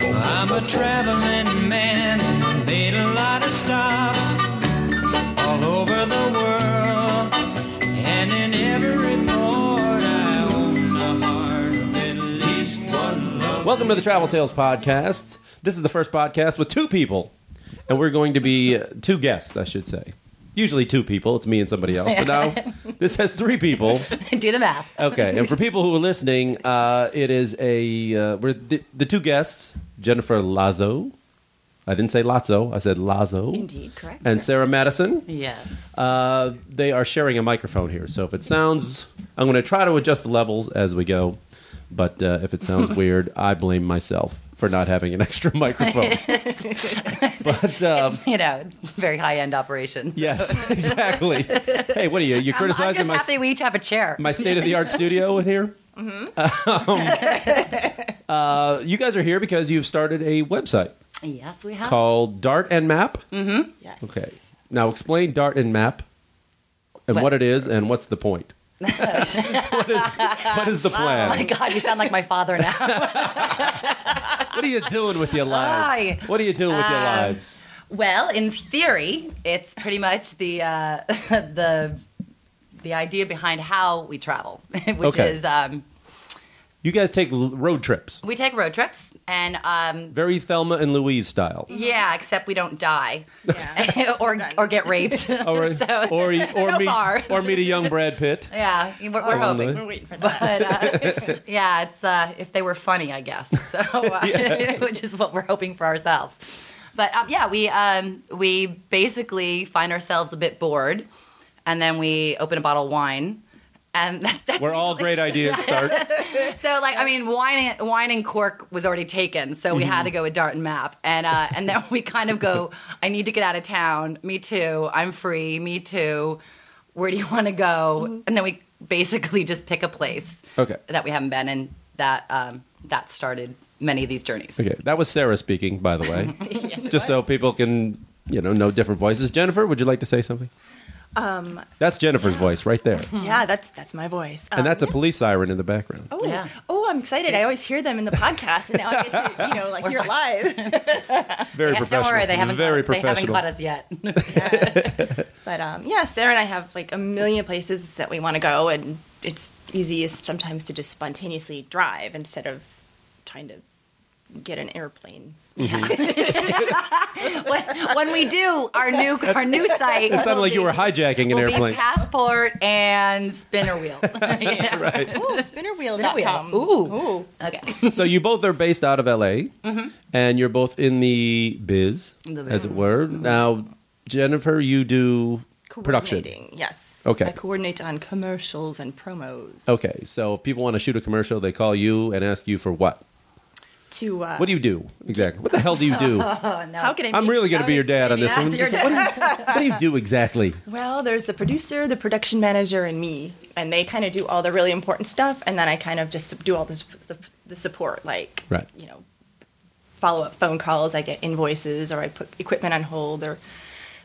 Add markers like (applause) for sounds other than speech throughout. I'm a traveling man, made a lot of stops all over the world. And in every port, I own the heart of at least one love. Welcome to the Travel Tales podcast. This is the first podcast with two people, and we're going to be uh, two guests, I should say. Usually two people. It's me and somebody else, but now this has three people. (laughs) Do the math. Okay, and for people who are listening, uh, it is a uh, we're the, the two guests, Jennifer Lazo. I didn't say Lazo. I said Lazo. Indeed, correct. And Sarah Madison. yes. Uh, they are sharing a microphone here, so if it sounds, I'm going to try to adjust the levels as we go. But uh, if it (laughs) sounds weird, I blame myself for not having an extra microphone. but um, you know, (laughs) it's very high end operation. (laughs) yes, exactly. Hey, what are you? You I'm, I'm criticizing just my happy we each have a chair. my state of the art studio in here? Mm-hmm. (laughs) uh, you guys are here because you've started a website yes, we have. called Dart and Map. Yes. Okay, now explain Dart and Map and what? What? it is and what's the (laughs) point. what is what is the plan? Oh my God, you sound like my (laughs) father now. What are you doing with your lives? Hi. What are you doing with your Uh, lives? well, in theory, it's pretty much the uh, (laughs) the the idea behind how we travel, (laughs) which Okay. is um, You guys take l- road trips, we take road trips and um, very Thelma and Louise style, yeah, except we don't (laughs) die (laughs) Yeah. or or get raped. or So- (laughs) or e, or, so meet, far. or meet a young Brad Pitt. yeah, we're, we're Oh, hoping. Louis. We're waiting for that. but uh, (laughs) yeah, it's uh, if they were funny, I guess. (laughs) So, uh, (laughs) which is what we're hoping for ourselves. But um, yeah, we um, we basically find ourselves a bit bored, and then we open a bottle of wine, and (laughs) that's that. Where all great (laughs) ideas start. So like, I mean, wine and, wine and cork was already taken, so we Mm-hmm. had to go with dart and map, and uh, and then we kind of go. I need to get out of town. Me too. I'm free. Me too. Where do you want to go? And then we basically just pick a place Mm-hmm. Okay. that we haven't been in that um, that started many of these journeys. Okay, that was Sarah speaking, by the way. (laughs) Just so people can, you know, know different voices. Jennifer, would you like to say something? Um, that's Jennifer's voice right (laughs) there, Yeah, that's that's my voice. Um, and that's a police siren in the background. Oh, Yeah. oh, I'm excited. I always hear them in the podcast, and now I get to, you know, like hear it live. (laughs) Very professional. Don't worry, they haven't very caught, they haven't professional. caught us yet. (laughs) But um, yeah, Sarah and I have like a million places that we want to go, and it's easiest sometimes to just spontaneously drive instead of trying to get an airplane. when, when we do our new our new (laughs) site, It sounded like you were hijacking an will airplane. Be passport and spinner wheel. (laughs) Yeah. (laughs) right. Ooh, spinnerwheel.com. Spinnerwheel. Ooh. Ooh, Okay. So you both are based out of LA, and you're both in the biz, Mm-hmm. The as it biz. Mm-hmm. were. Now, Jennifer, you do production. Coordinating, Yes. Okay. Oh. I coordinate on commercials and promos. Okay, so if people want to shoot a commercial, they call you and ask you for what? To uh, What do you do exactly? What the hell do you do? Oh no. How can I? I'm make it really going to sound be your dad on this exciting. one. Yes, So what, do you, what do you do exactly? (laughs) Well, there's the producer, the production manager, and me, and they kind of do all the really important stuff, and then I kind of just do all this, the, the support, like Right. you know, follow up phone calls. I get invoices, or I put equipment on hold, or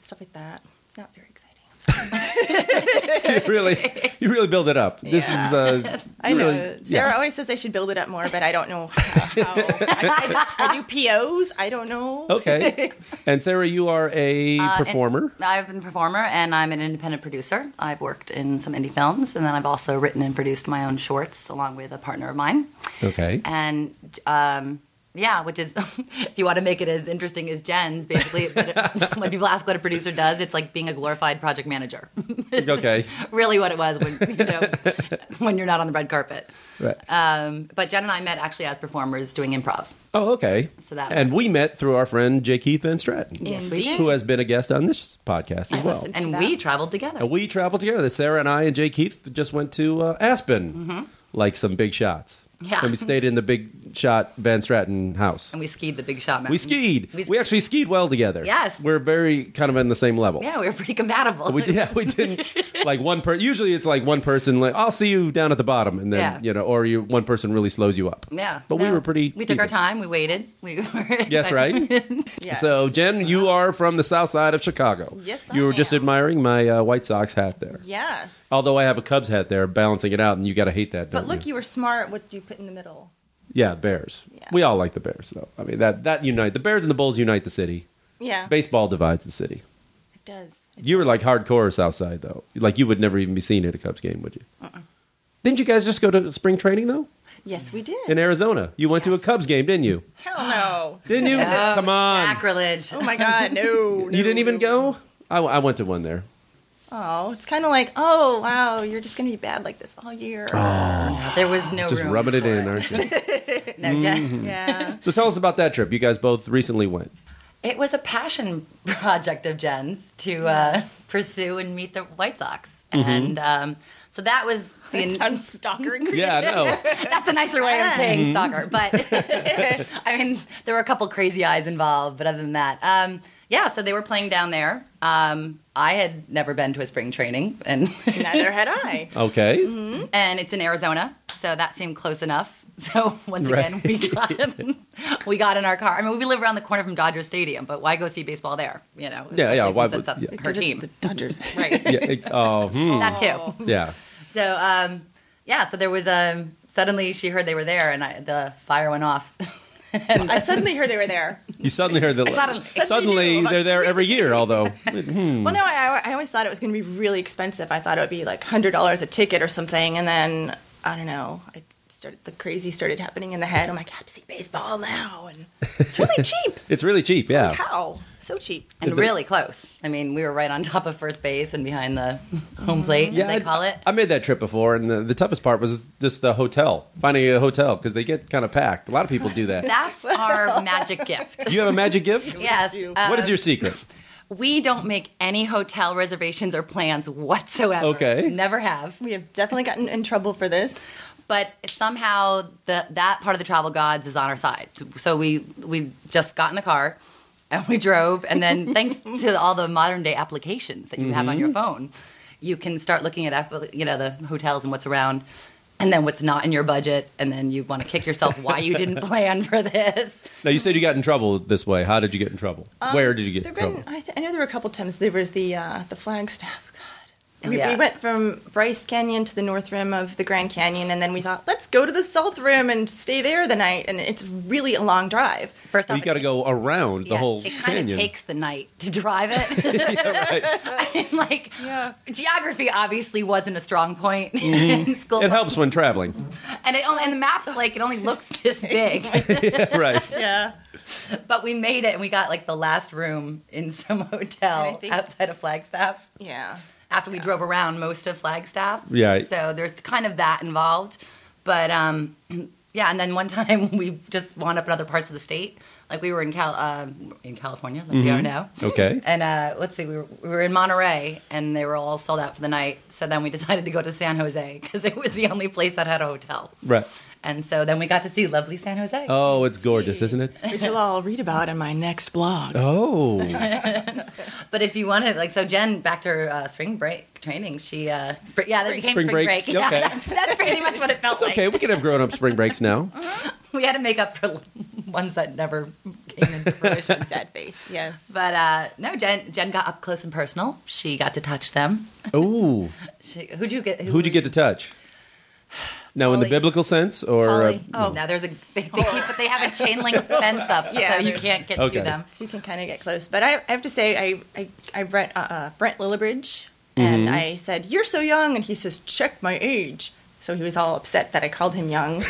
stuff like that. It's not very exciting. I'm sorry. You really, you really build it up. This is uh, I you know really- Sarah yeah. always says I should build it up more, but I don't know how. (laughs) how. I, I, just, I do POs. I don't know. Oh. (laughs) Okay, and Sarah, you are Uh, a performer. I've been a performer and I'm an independent producer. I've worked in some indie films and then I've also written and produced my own shorts along with a partner of mine. okay, and um, yeah, which is (laughs) if you want to make it as interesting as Jen's, basically, (laughs) but it- when people ask what a producer does, it's like being a glorified project manager. (laughs) okay, really, what it was when you know (laughs) when you're not on the red carpet. right. Um, but Jen and I met actually as performers doing improv. oh, okay. so that and was- we met through our friend Jake Heath and Stratton. Yes, we Indeed. did. who has been a guest on this podcast as well. listened. And That- we traveled together. And we traveled together. Sarah and I and Jake Heath just went to uh, Aspen, like some big shots. Mm-hmm. Yeah. And we stayed in the big shot Van Stratton house. and we skied the Big Shot Mountain. We skied. We- We, actually skied well together. Yes. We're very kind of on the same level. Yeah, we were pretty compatible. We, yeah, we didn't like one person. Usually, it's like one person. Like, I'll see you down at the bottom, and then Yeah. you know, or you one person really slows you up. (laughs) Yeah. but we No. were pretty. We took our even. time. We waited. We (laughs) were. Yes, (laughs) right. Yes. So, Jen, you are from the South Side of Chicago. Yes, I you were just am. admiring my uh, White Sox hat there. yes. Although I have a Cubs hat there, balancing it out, and you got to hate that. Oh, Don't but look, you were smart. What you put in the middle. Yeah, Bears. Yeah. We all like the Bears, though. I mean, that that unite the Bears and the Bulls unite the city. Yeah, Baseball divides the city. it does. It You were does. like hardcore Southside, though. Like you would never even be seen at a Cubs game, would you? Uh-uh. Didn't you guys just go to spring training though yes, we did. in Arizona? You went to a Cubs game, didn't (laughs) you? Hell no. Didn't you? Come on, Sacrilege. Oh my god, no. (laughs) you didn't even go. I, I went to one there. Oh, it's kind of like, oh wow, you're just gonna be bad like this all year. There was no Just room. rubbing it for in, Mm-hmm. aren't you? No, Jen- Yeah. So tell us about that trip. You guys both recently went. It was a passion (laughs) project of Jen's to uh, pursue and meet the White Sox, Mm-hmm. and um, so that was the. It sounds stalker and creepy. Yeah, no. (laughs) That's a nicer way Ah. of Mm-hmm. saying stalker. But (laughs) I mean, there were a couple crazy eyes involved, but other than that, um, yeah. So they were playing down there. Um, I had never been to a spring training, and (laughs) Neither (laughs) had I. Okay. and it's in Arizona, so that seemed close enough. So (laughs) once Right. again, we got we got in our car. I mean, we live around the corner from Dodger Stadium, but why go see baseball there? You know, Yeah, yeah, especially why since would- that's yeah. her Because it's team, the Dodgers. (laughs) right? Yeah. it- oh, hmm. That too. Yeah. So um, yeah, so there was a suddenly she heard they were there, and I, the fire went off. and I suddenly heard they were there. You suddenly heard the Suddenly. suddenly they're there every year. Although Well, no, I, I always thought it was going to be really expensive. I thought it would be like hundred dollars a ticket or something, and then I don't know. I started the crazy started happening in the head. I'm like, I have to see baseball now, and it's really cheap. it's really cheap. Yeah. How? So cheap. and the- really close. I mean, we were right on top of first base and behind the (laughs) home plate, as Yeah, they I- call it. I made that trip before, and the, the toughest part was just the hotel, finding a hotel because they get kind of packed. A lot of people do that. That's our magic gift. Do (laughs) you have a magic (laughs) gift? Yes. uh, you. What is your secret? We don't make any hotel reservations or plans whatsoever. Okay. Never have. We have definitely gotten in trouble for this. But somehow the, that part of the travel gods is on our side. So we we just got in the car and we drove. And (laughs) then thanks to all the modern day applications that you have Mm-hmm. on your phone, you can start looking at app- you know the hotels and what's around. And then what's not in your budget, and then you want to kick yourself why you (laughs) didn't plan for this. Now you said you got in trouble this way. How did you get in trouble? Um, Where did you get in There've been, trouble? I, th- I know there were a couple times. There was the uh, the Flagstaff. God, Oh, we, yeah. we went from Bryce Canyon to the north rim of the Grand Canyon, and then we thought, let's go to the south rim and stay there the night. And it's really a long drive. First off, you got to it- go around the yeah, whole It kind of canyon. takes the night to drive it. (laughs) Yeah, (laughs) right. And, like Yeah. geography obviously wasn't a strong point (laughs) in school Mm-hmm. It helps when traveling, (laughs) and it only, and the Oh. maps like it only looks (laughs) this big Yeah, right? Yeah. but we made it and we got like the last room in some (laughs) And hotel I think- outside of flagstaff Yeah. after we drove around most of flagstaff Yeah. so there's kind of that involved but um (clears throat) yeah and then one (laughs) time we just wound up in other parts of the state like we were in cal uh, in california like we are now Okay. and (laughs) uh, let's see, we were, we were in Monterey, and they were all sold out for the night. So then we decided to go to San Jose because it was the only place that had a hotel. Right. And so then we got to see lovely San Jose. Oh, it's gorgeous, isn't it? Which you'll all read about in my next blog. (laughs) Oh, But if you want to, like, so Jen, back to her uh, spring break training, she, uh, spr- yeah, that became Spring spring, break, break. Yeah, okay. that's, that's pretty much what it felt it's okay. like. We can have grown-up spring breaks (laughs) now. (laughs) We had to make up for (laughs) ones that never came into fruition. Sad face. (laughs) Yes. But uh, no, Jen, Jen got up close and personal. She got to touch them. Ooh, She, who'd you get? Who, who'd you get to touch? Now, in the Polly. biblical sense, or uh, Polly. Oh, now there's a they, they keep, but they have a chain link fence up, Yeah, so you there's- can't get Okay. to them. So you can kind of get close. But I, I have to say, I, I, I Brent, uh, uh, Brent Lillibridge, Mm-hmm. and I said, You're so young. And he says, Check my age. So he was all upset that I called (laughs) him young.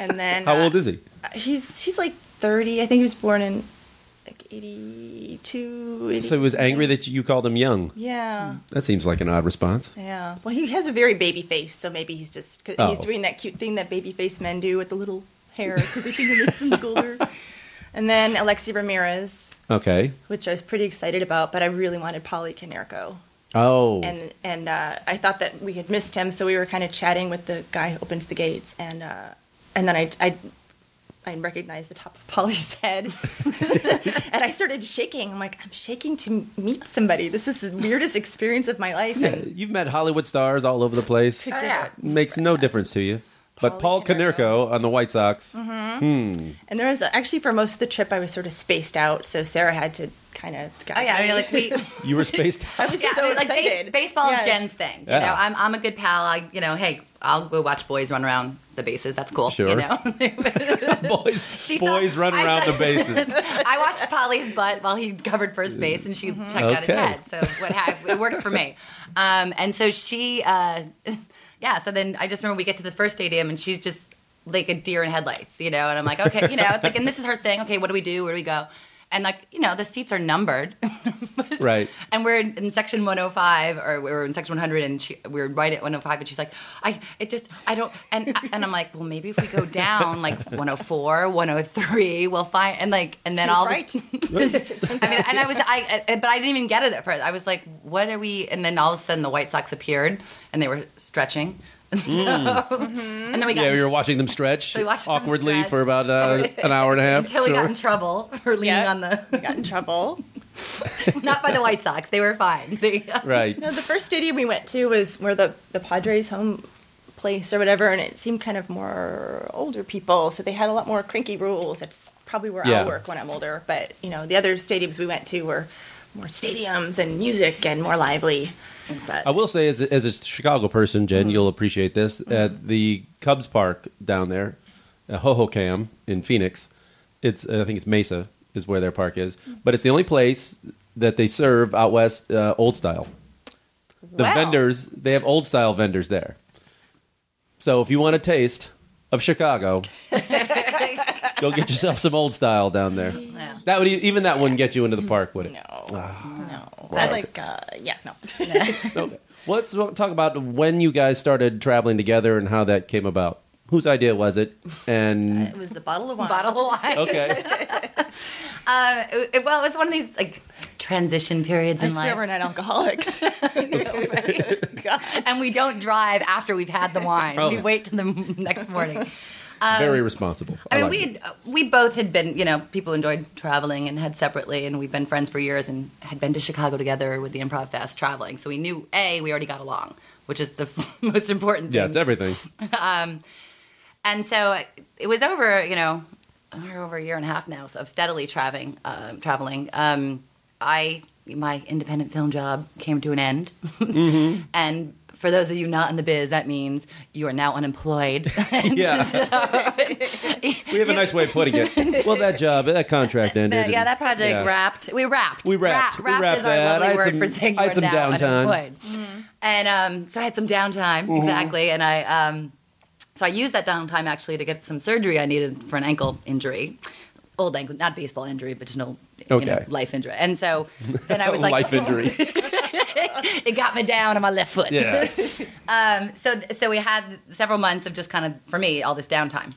and then. how uh, old is he? He's, he's like 30. I think he was born in like 82. 80. So he was Hmm. angry that you called him young. yeah. That seems like an odd response. Yeah. Well, he has a very baby face, so maybe he's just cause he's Oh. doing that cute thing that baby face men do with the little hair because they think it makes them (laughs) look older. And then Alexi Ramirez, Okay. which I was pretty excited about, but I really wanted Polly Canerco. Oh. And and uh, I thought that we had missed him, so we were kind of chatting with the guy who opens the gates, and uh, and then I. I I recognized the top of Polly's (laughs) head, and I started shaking. I'm like, I'm shaking to meet somebody. This is the weirdest experience of my life. And You've met Hollywood stars all over the place. Oh, yeah. Makes no difference to you. But Paul Pauly Konerko on the White Sox. Mm-hmm. And there was actually for most of the trip I was sort of spaced out, so Sarah had to kind of. Oh yeah, I mean, like we. You were (laughs) spaced I was Yeah, so like base, excited. baseball Yes. is Jen's thing. You Yeah. know, I'm I'm a good pal. I you know, hey, I'll go watch boys run around the bases. That's cool. Sure. You (laughs) know? boys, She saw- boys run I around saw- the bases. I watched Polly's butt while he covered first base, and she checked out his Okay. head. So what have it worked for me? Um, and so she, uh, (laughs) yeah. So then I just remember we get to the first stadium, and she's just like a deer in headlights, you know. And I'm like, okay, you know, it's like, and this is her thing. Okay, what do we do? Where do we go? And like, you know, the seats are numbered, (laughs) Right. and we're in, in section 105, or we were in section 100, and she, we were right at 105, and she's like, I, it just, I don't, and and I'm like, well, maybe if we go down like 104, 103, we'll find, and like, and then She was all of a (laughs) right. I mean, and I was, I, I, but I didn't even get it at first. I was like, what are we? And then all of a sudden the White Sox appeared and they were stretching. (laughs) And so- Mm-hmm. And then we got, Mm. Yeah, we were watching them stretch We watched them awkwardly stretch. for about (laughs) uh, an hour and a half. until we sure. got in trouble for leaning Yeah. on the, We got in trouble. not by the White Sox. They were fine. (laughs) They, right. (laughs) No, the first stadium we went to was where the, the Padres' home place or whatever, and it seemed kind of more older people, so they had a lot more cranky rules. That's probably where Yeah. I'll work when I'm older. But you know, the other stadiums we went to were more stadiums and music and more lively. But I will say, as a, as a Chicago person, Jen, Mm-hmm. you'll appreciate this. At the Cubs Park down there, uh, Hohokam in Phoenix, it's I think it's Mesa is where their park is, Mm-hmm. but it's the only place that they serve out west uh, old style. The Wow. vendors they have old style vendors there. So if you want a taste of Chicago, go get yourself some old style down there. (laughs) Yeah. That would e- even that wouldn't get you into the park, would it? no, Ah. no, Right. I like uh, yeah, no. Okay. Well, let's talk about when you guys started traveling together and how that came about. Whose idea was it? And (laughs) it was a bottle of wine. Bottle of wine. okay, (laughs) Uh, it- it- well, it was one of these like transition periods I in life. swear we're not (laughs) alcoholics. and we don't drive after (laughs) we've had the wine. Oh. We wait till the next morning. very responsible. um, I mean, like we it. had, uh, we both had been, you know, people enjoyed traveling and had separately, and we've been friends for years and had been to Chicago together with the Improv Fest traveling. So we knew a we already got along, which is the (laughs) most important thing. yeah, it's (laughs) everything. and so it- it was over, you know, we're over a year and a half now so of steadily traveling. Uh, traveling, um, I my independent film job came to an end, Mm-hmm. (laughs) and for those of you not in the biz, that means you are now unemployed. (laughs) (laughs) Yeah, we have a nice way of putting it. Well, that job, that contract ended. That- yeah, and- that project yeah. wrapped. We wrapped. We wrapped. Wrap- We wrapped is that. our I lovely had word some- for saying I you had are some now downtime. Mm-hmm. unemployed. And um, so I had some downtime exactly, and I um, so I used that downtime actually to get some surgery I needed for an ankle injury. Old ankle, not baseball injury, but just an old you know, Okay. life injury. And so (laughs) then I was like, (laughs) life injury. it got me down on my left foot. Yeah, Um, so so we had several months of just kind of for me all this downtime,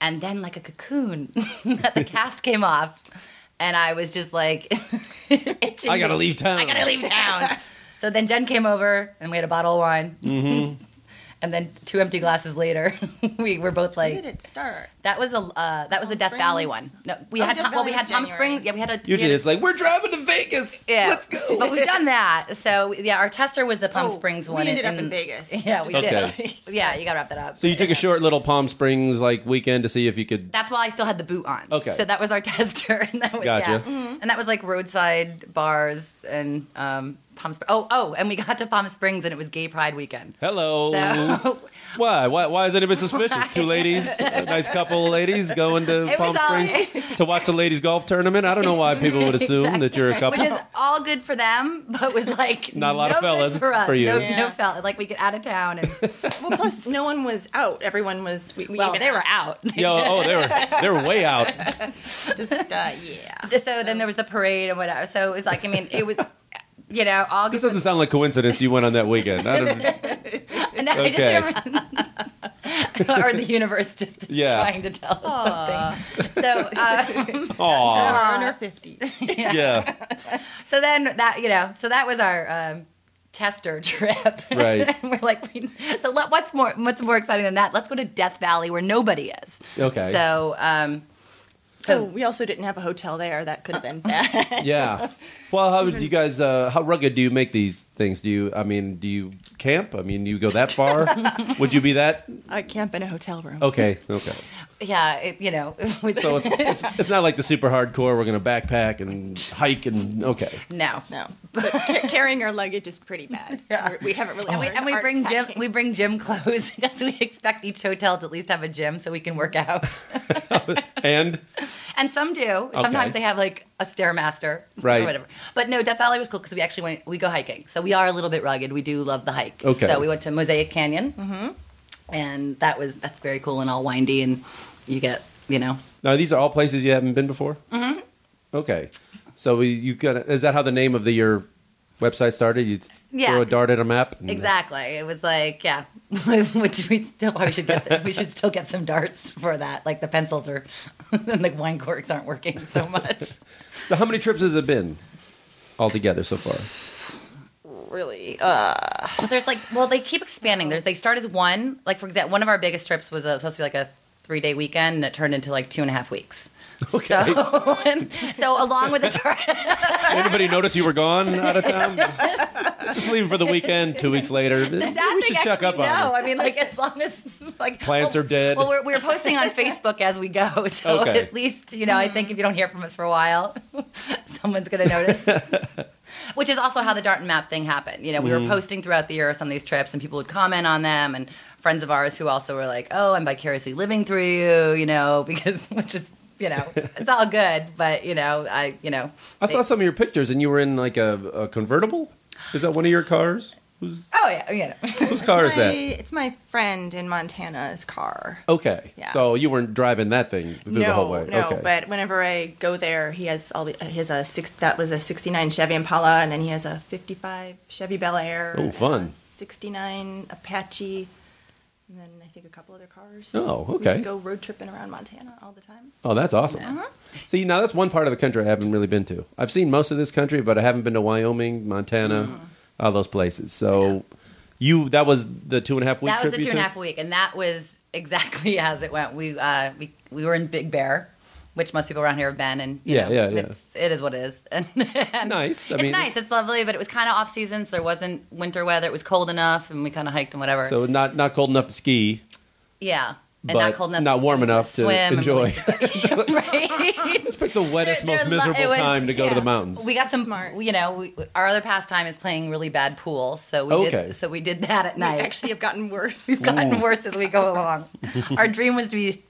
and then like a cocoon, (laughs) the cast came off, and I was just like, (laughs) itching I gotta to- leave town. I gotta leave town. so then Jen came over and we had a bottle of wine, Mm-hmm. (laughs) and then two empty glasses later, (laughs) we were both When did like. it (laughs) start? That was the uh, that was the Death Springs? Valley one. No, we Oh, had Death well, we Valley had was Palm January. Springs. Yeah, we had a usually we had a- it's like we're driving to Vegas. yeah. let's go. But we've done that. So yeah, our tester was the Palm Oh, Springs we one. ended up in (laughs) Vegas. (laughs) Yeah, we Okay. did. (laughs) Yeah, you got to wrap that up. So you took a short little Palm Springs like weekend to see if you could. That's why I still had the boot on. Okay. So that was our (laughs) tester, and that was Gotcha. yeah. And that was like roadside bars and um, Palm Springs. Oh, oh, and we got to Palm Springs, and it was Gay Pride weekend. Hello. (laughs) So Why? Why? Why is (laughs) anybody suspicious? Two ladies, a nice couple of ladies going to (laughs) was Palm all- Springs to watch the ladies golf tournament. I don't know why people would assume that you're a which couple. is all good for them, but was (laughs) like Not a lot no of good fellas for, us. for you. No, Yeah. no fella. Like we get out of town, (laughs) and Well, plus no one was out. Everyone was. We, we well, even they were asked. out. Yo, oh, they were they were way out. (laughs) Just uh, yeah. (laughs) so then there was the parade and whatever. So it was like, I mean, it was, you know, all This doesn't sound like coincidence. You went on that weekend. I don't, (laughs) And I Okay. just remember, (laughs) or the universe just Yeah. trying to tell us something. So, (laughs) uh, We aw, were in our fifties. yeah, so then that you know, so that was our um, tester trip. Right. and (laughs) we're like, we, so let, what's more, what's more exciting than that? Let's go to Death Valley where nobody is. Okay. So, um, So we also didn't have a hotel there. That could have been (laughs) bad. yeah. Well, how Mm-hmm. do you guys? Uh, how rugged do you make these things? Do you? I mean, do you (laughs) camp? I mean, you go that far? would you be that? Oh. I camp in a hotel room. Okay, okay. yeah, it, you know, it was, So it's, it's, it's not like the super hardcore. We're going to backpack and hike and okay. no. No, but ca- (laughs) carrying our luggage is pretty (laughs) bad. Yeah. We're- We haven't really. And we, and we bring gym we bring gym clothes (laughs) because we expect each hotel to at least have a gym so we can work out. (laughs) And And some do. Sometimes Okay. they have like a stairmaster, Right. Or whatever. But no, Death Valley was cool because we actually went. We go hiking, so we are a little bit rugged. We do love the hike. Okay. So we went to Mosaic Canyon, and that was that's very cool and all windy, and you get you know now these are all places you haven't been before. Mm-hmm. Okay, so we- you got is that how the name of the your website started? You Yeah. throw a dart at a map. and- exactly. It was like yeah, (laughs) which we still probably should get. we should still get some darts for that. Like the pencils are, (laughs) and the wine corks aren't working so much. So how many trips has it been altogether so far? really. Uh, Well, there's like, well, they keep expanding. There's they start as one, like for example, one of our biggest trips was a, supposed to be like a three day weekend, and it turned into like two and a half weeks. So, (laughs) and- so along with the tour, Anybody notice you were gone out of town? (laughs) Just leaving for the weekend. Two weeks later, we should check up no, on. you. I mean, like as long as like Plants well- are dead. Well, we're, we're posting on Facebook as we go, (laughs) so Okay. at least you know. I think if you don't hear from us for a while, (laughs) someone's (laughs) gonna notice. Which is also how the Darton map thing happened. You know, we Mm-hmm. were posting throughout the year some of these trips, and people would comment on them, and friends of ours who also were like, "Oh, I'm vicariously living through you," you know, (laughs) because which is you know, it's all good, but you know, I you know, I saw some of your pictures, and you were in like a, a convertible. Is that one of your cars? Whose oh yeah, you know. whose car is it's my, that? It's my friend in Montana's car. Okay, Yeah. so you weren't driving that thing through no, the whole way. no. okay. But whenever I go there, he has all the his uh, six. That was a '69 Chevy Impala, and then he has a '55 Chevy Bel Air. Oh, fun. '69 Apache, and then I think a couple other cars. Oh, We okay. just go road tripping around Montana all the time. Oh, that's awesome. Uh-huh. See, now that's one part of the country I haven't really been to. I've seen most of this country, but I haven't been to Wyoming, Montana, Mm. all those places. So, you that was the two and a half week that was trip the you two and a took? half week, and that was exactly (laughs) as it went. We uh, we we were in Big Bear, which most people around here have been, and you Yeah, know, yeah, yeah. It's, it is what it is. (laughs) And, It's nice. I it's mean, nice. It's lovely, but it was kind of off season, so there wasn't winter weather. It was cold enough, and we kind of hiked and whatever. so not not cold enough to ski, yeah, and but not cold enough, not warm and enough to swim and enjoy. (laughs) really- (laughs) right? Let's pick the wettest, They're- most they're lo- it miserable was- time to go to yeah. the mountains. We got some Smart. You know, we, our other pastime is playing really bad pool, so we Okay. did so we did that at We night. actually have gotten worse. It's gotten worse as we go along. (laughs) Our dream was to be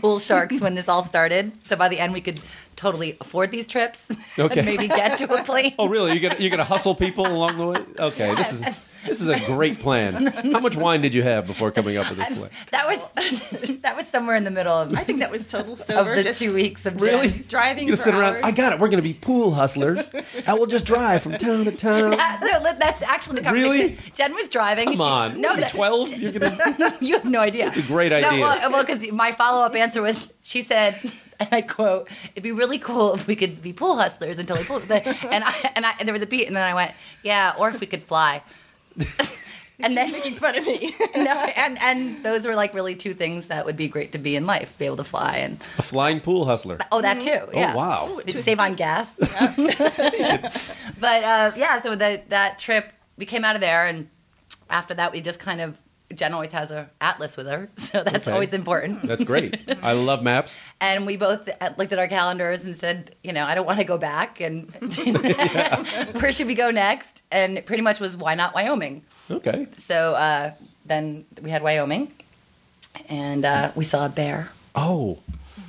pool sharks when this all started. So by the end, we could totally afford these trips Okay. and maybe get (laughs) to a plane. Oh, really? You're gonna, you're gonna hustle people along the way? Okay, this is this is a great (laughs) plan. How much wine did you have before coming up with this plan? That was (laughs) that was somewhere in the middle of, I think that was (laughs) total of sober. the just two weeks of Really? (laughs) gin. driving You're gonna for sit around. hours. I got it. We're gonna be pool hustlers. I will just drive from town to (laughs) town. That- Uh, no, that- that's actually the conversation. Really? Jen was driving. Come she- on. no, No, that- twelve. You're gonna. (laughs) you have no idea. It's a great idea. well, well, because my follow up answer was, she said, (laughs) and I quote, "It'd be really cool if we could be pool hustlers until we pool." (laughs) But, and I and I and there was a beat, and then I went, "Yeah," or if we could fly. (laughs) and then (laughs) making fun of (laughs) me. no, and and those were like really two things that would be great to be in life, be able to fly and A flying pool hustler. oh that too. Yeah. Oh wow. Did you save on gas? (laughs) but uh, yeah, so the, that trip, we came out of there, and after that, we just kind of. Jen always has her atlas with her, (laughs) so that's Okay. always important. That's great. I love maps. And we both uh, looked at our calendars and said, you know, I don't want to go back, and (laughs) (laughs) where should we go next? And it pretty much was why not Wyoming? Okay. So uh, then we had Wyoming, and uh, we saw a bear. Oh,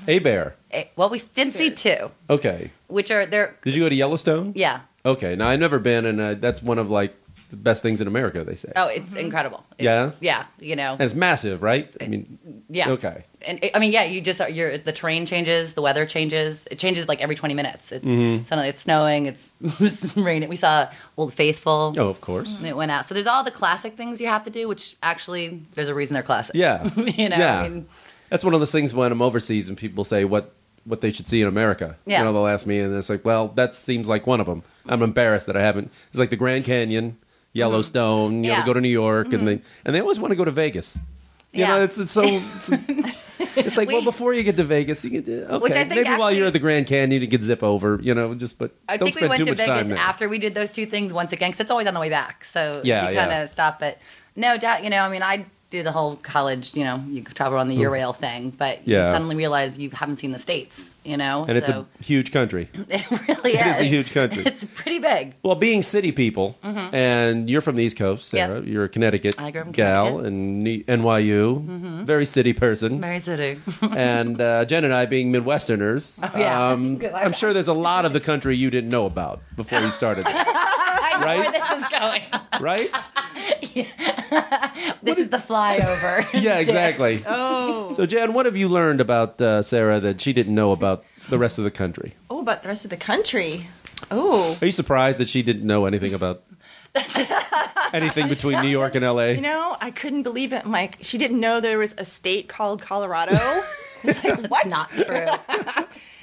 a bear. Eh, well, we did see two, Okay. which are they're Did you go to Yellowstone? yeah. Okay. Now I've never been, and uh, that's one of like the best things in America. They say. Oh, it's incredible. It- Yeah? yeah, you know, And it's massive, right? I mean, yeah. okay. and it, I mean, yeah, you just are, you're the terrain changes, the weather changes. It changes like every twenty minutes. It's Mm-hmm. suddenly it's snowing, it's (laughs) raining. We saw Old Faithful. Oh, of course. And it went out. So there's all the classic things you have to do, which actually there's a reason they're classic. Yeah. (laughs) you know, Yeah. I mean, That's one of those things when I'm overseas and people say what what they should see in America. Yeah. You know, they'll ask me, and it's like, well, that seems like one of them. I'm embarrassed that I haven't. It's like the Grand Canyon, Yellowstone. You know, Yeah. we go to New York, and they and they always want to go to Vegas. You know, Mm-hmm. Yeah. it's, (laughs) it's so. It's, it's like, well, We- before you get to Vegas, you can do okay. Which I think maybe while you're actually- at the Grand Canyon, you can zip over. You know, just but I don't think we spend went too to much Vegas time there. after we did those two things once again because it's always on the way back. So Yeah, you yeah. kind of stop. But no doubt, you know, I mean, I do the whole college, you know, you could travel on the Eurail thing, but Mm-hmm. Yeah. you suddenly realize you haven't seen the states, you know. And it's so a huge country. (laughs) it really it is. is a huge country. It's pretty big. Well, being city people, and you're from the East Coast, Yeah. Sarah. You're a Connecticut Mm-hmm. I grew up in gal Connecticut. Mm-hmm. and N- NYU, very city person. (laughs) Mary City. and uh, Jen and I, being (laughs) Midwesterners, Oh, yeah. um, Good. I'm sure there's a lot of the country you didn't know about before you started, this, (laughs) I know Right? where this is going. right? This is (laughs) the flyover. Yeah, exactly. Oh. So, Jen, what have you learned about uh, Sarah that she didn't know about the rest of the country? Oh, about the rest of the country. Oh. Are you surprised that she didn't know anything (laughs) about anything between New York and LA? You know, I couldn't believe it, Mike. She didn't know there was a state called (laughs) Colorado. it's like, what? Not true.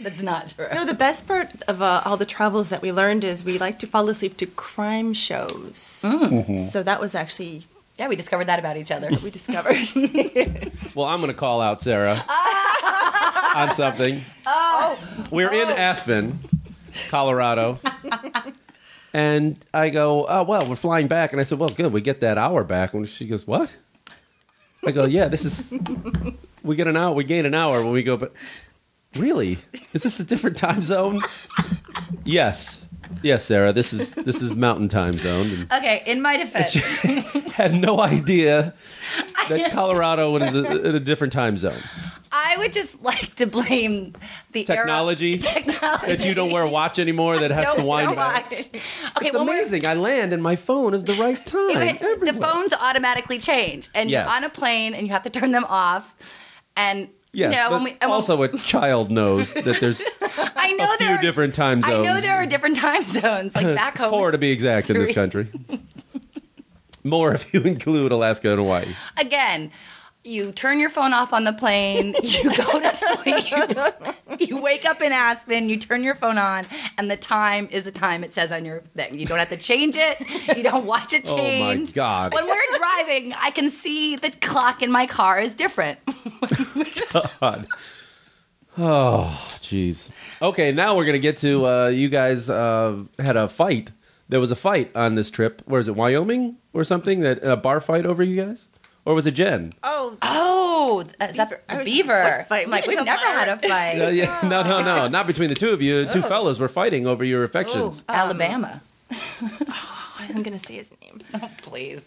That's not true. No, the best part of uh, all the travels that we learned is we like to fall asleep to crime shows. Mm-hmm. So that was actually Yeah, we discovered that about each other. what we discovered. (laughs) Well, I'm going to call out Sarah on something. We're in Aspen, Colorado. and I go, oh, well, we're flying back. And I said, well, good, we get that hour back. And she goes, what? I go, yeah, this is, we get an hour, we gain an hour when we go, but really? Is this a different time zone? yes. Yes, Sarah, this is this is mountain time (laughs) zone. Okay, in my defense, And had no idea (laughs) that Colorado is a, in a different time zone. I would just like to blame the era- Technology? (laughs) technology that you don't wear a watch anymore that has to wind back. watch. Okay, It's when we're- amazing. I land and my phone is the (laughs) right time. Anyway, the everywhere. phones automatically change, and Yes. you're on a plane, and you have to turn them off. And Yes, you know, but when we, and when- also a child knows that there's a (laughs) I know there few are, different time I zones. know there are different time (laughs) zones, like back home. four to be exact in this three. country. More if you include Alaska and Hawaii. Again, you turn your phone off on the plane. (laughs) You go to sleep. (laughs) you wake up in Aspen. You turn your phone on, and the time is the time it says on your thing. You don't have to change it. You don't watch (laughs) it Oh my change. God! When we're driving, I can see the clock in my car is different. Oh, jeez. Okay, now we're gonna get to uh, you guys uh, had a fight. There was a fight on this trip. Where is it? Wyoming or something? That a bar fight over you guys, or was it Jen? oh, Oh, (laughs) is Beaver. that I a was beaver? like, what fight? I'm like, We we've didn't never tell had a Myra. (laughs) fight. Yeah, Uh, yeah. No, no, no. Not between the two of you. Oh. Two fellas were fighting over your affections. um, Ooh, Alabama. I wasn't going to say his name. (laughs) Please.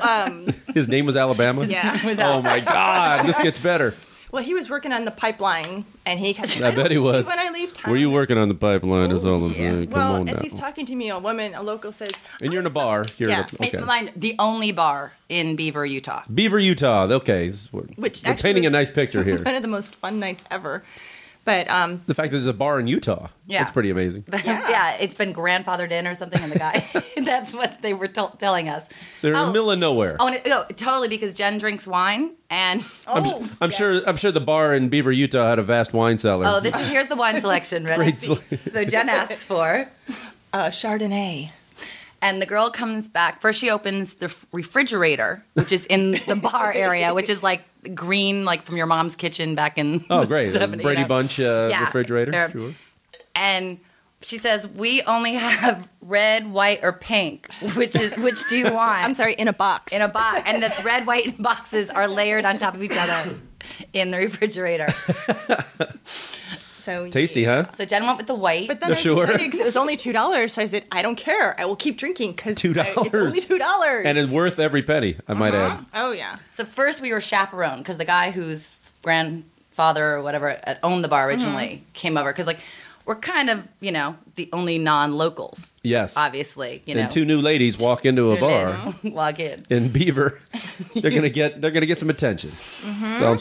Um, His name was Alabama? yeah. (laughs) Oh, my God. This gets better. Well, he was working on the pipeline, and he kept. I bet he "I don't (laughs) see was. When I leave town. Were you working on the pipeline? Is all I'm Yeah. saying. uh, Come well, on as now. he's talking to me, a woman, a local says, and you're in a bar. You're Yeah. in a, Oh okay. It- mine- the only bar in Beaver, Utah. Beaver, Utah. Okay. this is- We're, (gasps) Which we're actually painting a was- nice picture (laughs) here. one of the most fun nights ever. But um, The fact that there's a bar in Utah. Yeah. That's pretty amazing. (laughs) Yeah. it's been grandfathered in or something, and the guy, (laughs) that's what they were tol- telling us. So you're in the Oh. middle of nowhere. Oh, and it, oh, totally, because Jen drinks wine, and I'm, oh, I'm yeah. sure. I'm sure the bar in Beaver, Utah, had a vast wine cellar. oh, this is here's the wine selection, (laughs) ready? (laughs) Great selection. (laughs) so Jen asks for, uh, Chardonnay. and the girl comes back. First, she opens the f- refrigerator, which is in the bar area, (laughs) which is like green, like from your mom's kitchen back in Oh, the great! A 70s, you Brady know. Bunch uh, Yeah. refrigerator. Sure. Sure. and she says we only have red, white, or pink. Which is which do you (laughs) want? I'm sorry, in a box. In a box, and the red, white (laughs) boxes are layered on top of each other in the refrigerator. so Tasty, yeah. huh? So Jen went with the white. But then I was Sure. excited because it was only two dollars, so I said, "I don't care. I will keep drinking because $2. It's only two dollars." And it's worth every penny, I might add. oh yeah, so first we were chaperoned because the guy whose grandfather or whatever had owned the bar originally came over because like we're kind of you know the only non-locals, Yes. obviously. You know, and two new ladies walk into a bar (laughs) log in. (laughs) in Beaver, (laughs) they're gonna get they're gonna get some attention. Mm-hmm. That's all I'm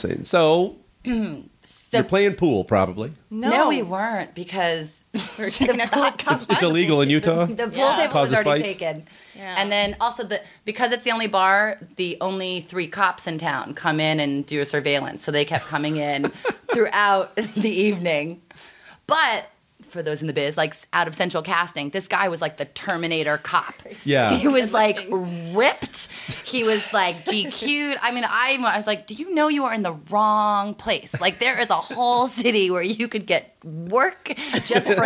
saying. (clears throat) So you're So playing pool, probably. no. we weren't because (laughs) We were checking out the hot (laughs) It's, it's illegal in Utah. The pool Yeah. table Causes was already fights? taken. Yeah. And then also the because it's the only bar, the only three cops in town come in and do a surveillance. So they kept (laughs) coming in throughout the evening. But for those in the biz, like out of central casting, this guy was like the Terminator cop. Yeah. He was like ripped. He was like GQ'd. I mean, I, I was like, do you know you are in the wrong place? Like, there is a whole (laughs) city where you could get work just for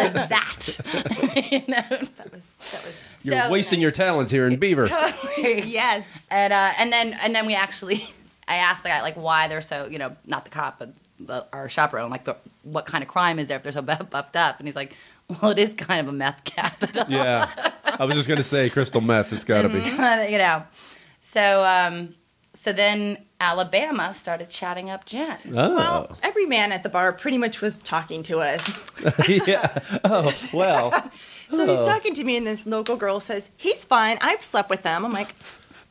that. (laughs) you know? That was that was (laughs) You're wasting your talents here in Beaver. your. (laughs) yes. and uh, and then and then we actually (laughs) I asked the guy like why they're so you know not the cop but the, our chaperone like the, what kind of crime is there if they're so bu- buffed up and he's like well it is kind of a meth capital Yeah. I was just going to say crystal meth. It's got to be. (laughs) you know so um, so then Alabama started chatting up Jen. Oh. Well, every man at the bar pretty much was talking to us. (laughs) yeah. Oh, (laughs) well. So he's Oh. talking to me, and this local girl says, "He's fine. I've slept with them." I'm like,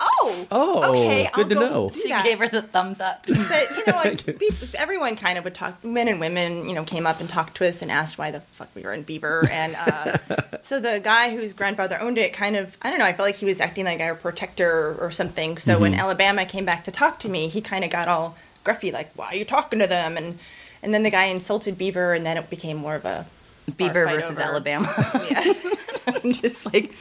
"Oh, Oh, okay, good to I'll go know." do She that." gave her the thumbs up. But you (laughs) know, like, peop- everyone kind of would talk. Men and women, you know, came up and talked to us and asked why the fuck we were in Beaver. And (laughs) uh, so the guy whose grandfather owned it, kind of, I don't know. I felt like he was acting like our protector or something. So Mm-hmm. when Alabama came back to talk to me, he kind of got all gruffy, like, "Why are you talking to them?" And and then the guy insulted Beaver, and then it became more of a bar Beaver fight versus over- (laughs) Alabama. Yeah, I'm (laughs) just like.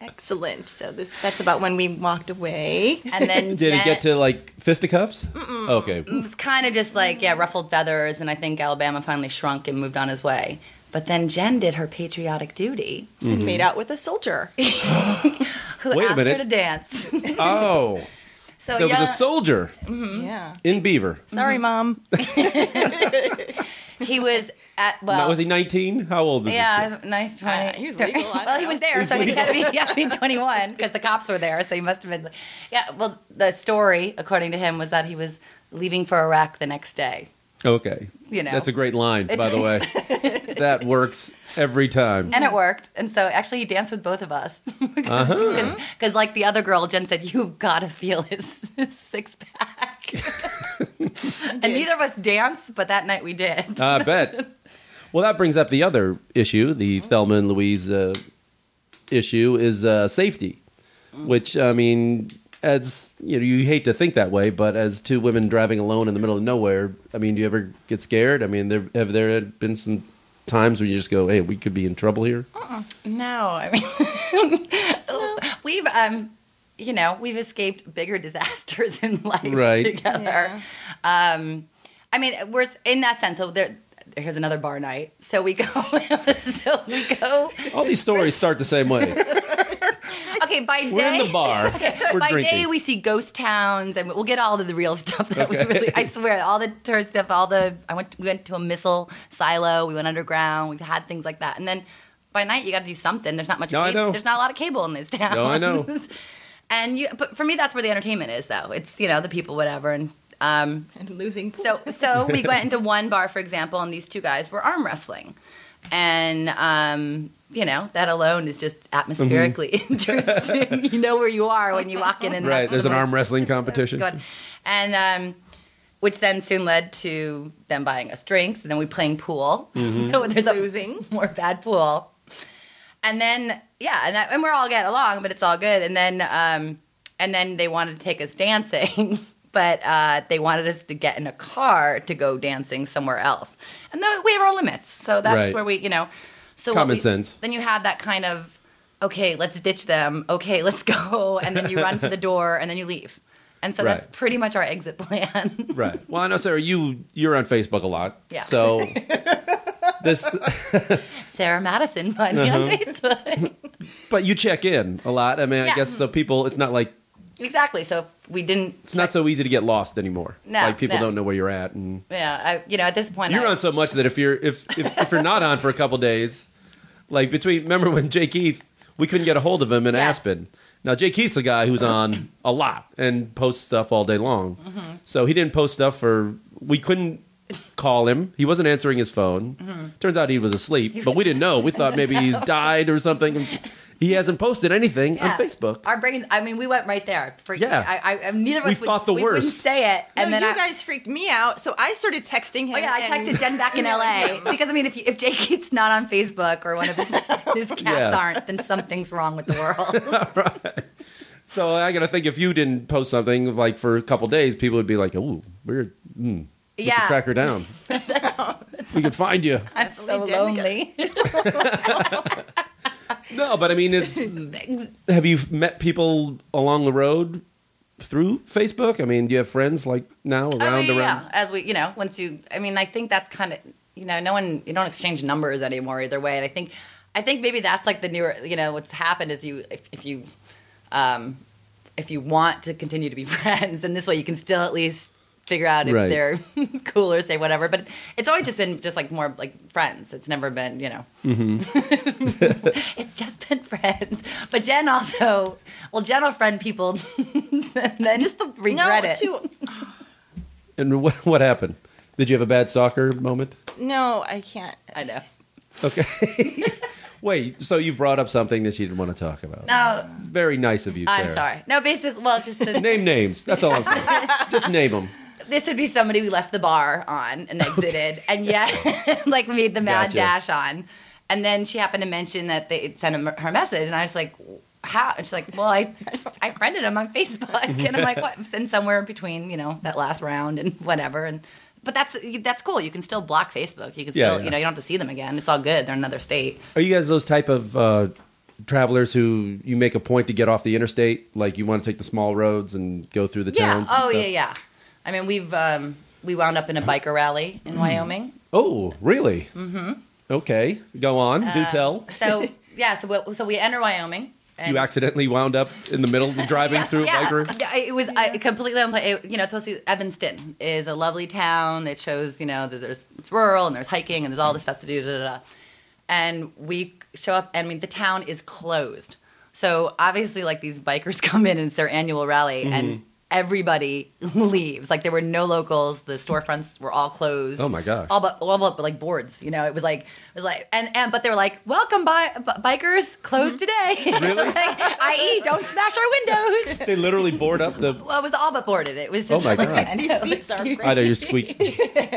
Excellent. So this that's about when we walked away. And then Did Jen, it get to like fisticuffs? Okay. It was kind of just like yeah, ruffled feathers, and I think Alabama finally shrunk and moved on his way. But then Jen did her patriotic duty, and Made out with a (laughs) soldier. who Wait a asked minute. her (laughs) to dance. (laughs) Oh, So there yeah, was a Mm-hmm. soldier Mm-hmm. Yeah. in Beaver. Sorry, mom. (laughs) he was at well. Now, was he 19? How old is this? Yeah, nice twenty. Uh, he was legal, I (laughs) don't well, he know. was there, so he had to be, he had to be twenty-one because the cops were there, so he must have been. Yeah, well, the story, according to him, was that he was leaving for Iraq the next day. kid? Okay. You know. That's a great line, by It's- (laughs) the way. that works every time. and it Mm-hmm. worked. And so actually, he danced with both of us (laughs) because, Uh-huh. because, like the other girl, Jen said, "You've got to feel his, his six (laughs) pack." and neither of us danced, but that night we did. I bet. Well, that brings up the other issue, the Mm-hmm. Thelma and Louise uh, issue, is uh, safety, Mm-hmm. which I mean, as you know, you hate to think that way, but as two women driving alone in the middle of nowhere, I mean, do you ever get scared? I mean, there have there had been some times where you just go, "Hey, we could be in trouble here." no, I mean, (laughs) we've um, you know, we've escaped bigger disasters in life Right. together. Um, I mean, we're in that sense. So there, here's another bar night. So we go. (laughs) so we go. All these stories start the same (laughs) way. Okay, by day. We're in the (laughs) bar. We're By drinking. day, we see ghost towns, and we'll get all of the real stuff that Okay. we (laughs) really. I swear, all the tourist stuff, all the. I went. We went to a missile silo. We went underground. We've had things like that, and then by night you got to do something. There's not much. No, I cable- know. There's not a lot of cable in this town. No, Oh, I (laughs) know. and you, but for me, that's where the entertainment is, though. It's you know the people, whatever, and um, and losing. so so (laughs) we went into one bar, for example, and these two guys were arm wrestling, and um, you know that alone is just Mm-hmm. atmospherically (laughs) interesting. you know where you are when you walk in, and right? that's There's the an place. arm wrestling competition. Go on. and um, which then soon led to them buying us drinks, and then we playing pool. Mm-hmm. so (laughs) when there's a Losing. more bad pool, and then yeah, and that, and we're all getting along, but it's all good. And then um, and then they wanted to take us dancing. (laughs) But uh, they wanted us to get in a car to go dancing somewhere else, and though we have our limits, so that's Right. where we, you know, so what Common we- sense. Then you have that kind of okay, let's ditch them. Okay, let's (laughs) go, and then you run for the door, and then you leave. And so that's Right. pretty much our exit plan. (laughs) Right. Well, I know, Sarah. You you're on Facebook a lot. Yeah. (laughs) So this, Sarah Madison, find me Uh-huh. on Facebook. (laughs) but you check in a lot. I mean, I Yeah. guess so. People, it's not like exactly. So if we didn't. it's not so easy to get lost anymore. No, like people no. don't know where you're at, and Yeah, I, you know, at this point, you're I, on so much that if you're if if, if you're not on for a couple days, like between remember when Jake Keith, we couldn't get a hold of him in Yes. Aspen. Now Jake Keith's a guy who's on a lot and posts stuff all day long. Mm-hmm. So he didn't post stuff for we couldn't call him. He wasn't answering his phone. Mm-hmm. Turns out he was asleep, but we didn't know. We thought maybe (laughs) he died or something. He hasn't posted anything yeah. on Facebook. Our brains. I mean, we went right there. For, Yeah. I, I, I, neither of We us would, thought the we worst. wouldn't say it, and no, then you I, guys freaked me out, so I started texting him. Oh yeah, I and- texted Jen (laughs) back in LA because I mean, if you, if Jake Keats not on Facebook or one (laughs) of his, his cats Yeah. aren't, then something's wrong with (laughs) the world. So I got to think if you didn't post something like for a couple days, people would be like, "Ooh, weird. Mm, we could Yeah. track her down. (laughs) we could find you." I'm so did. lonely. No, but I mean, it's (laughs) have you met people along the road through Facebook? I mean, do you have friends like now around I mean, around? yeah. As we, you know, once you, I mean, I think that's kind of, you know, no one, you don't exchange numbers anymore either way. And I think, I think maybe that's like the newer, you know, what's happened is you, if, if you, um, if you want to continue to be (laughs) friends, then this way you can still at least figure out if Right. they're (laughs) cool or say whatever. But it's always just been just like more like friends. It's never been, you know. (laughs) it's just been friends. But Jen also, well, Jen will friend people (laughs) and then just the regret no, it. too- And what, what happened? Did you have a bad soccer moment? no, (laughs) I can't. I know. Okay. (laughs) Wait, so you brought up something that you didn't want to talk about. No, Very nice of you, I'm Sarah. sorry. No, basically, well, just the, Name names. That's all I'm (laughs) saying. Just name them. this would be somebody we left the bar on and exited, and yet (laughs) like made the mad Gotcha. dash on, and then she happened to mention that they had sent him her message, and I was like, how? And she's like, well, I I friended him on Facebook, (laughs) and I'm like, what? And somewhere between you know that last round and whatever, and but that's that's cool. You can still block Facebook. You can Yeah, still yeah. you know you don't have to see them again. It's all good. They're in another state. Are you guys those type of uh, travelers who you make a point to get off the interstate? Like you want to take the small roads and go through the Yeah. towns? and Oh stuff? yeah, yeah. I mean, we've um, we wound up in a biker rally Hmm. in Wyoming. Oh, really? Mm-hmm. Okay, go on. Do Uh, tell. So yeah, so we, so we enter Wyoming. And You accidentally wound up in the middle driving through (laughs) yeah, biker. yeah, it was I, completely unplanned. You know, it's supposed to be Evanston is a lovely town that shows you know that there's it's rural and there's hiking and there's all this stuff to do. Da, da, da. And we show up, and I mean the town is closed. So obviously, like these bikers (laughs) come in and it's their annual rally, Mm-hmm. and everybody (laughs) leaves. Like there were no locals. The storefronts were all closed. Oh, my God. All but all but like boards. You know, it was like it was like and and but they were like, "Welcome, bi- bi- bikers, Mm-hmm. closed today." (laughs) Really? like, i.e., don't smash our windows. (laughs) They literally board up the. Well, it was all but boarded. It was Oh just my like, God. (laughs) These seats are great. Either you (laughs) squeak.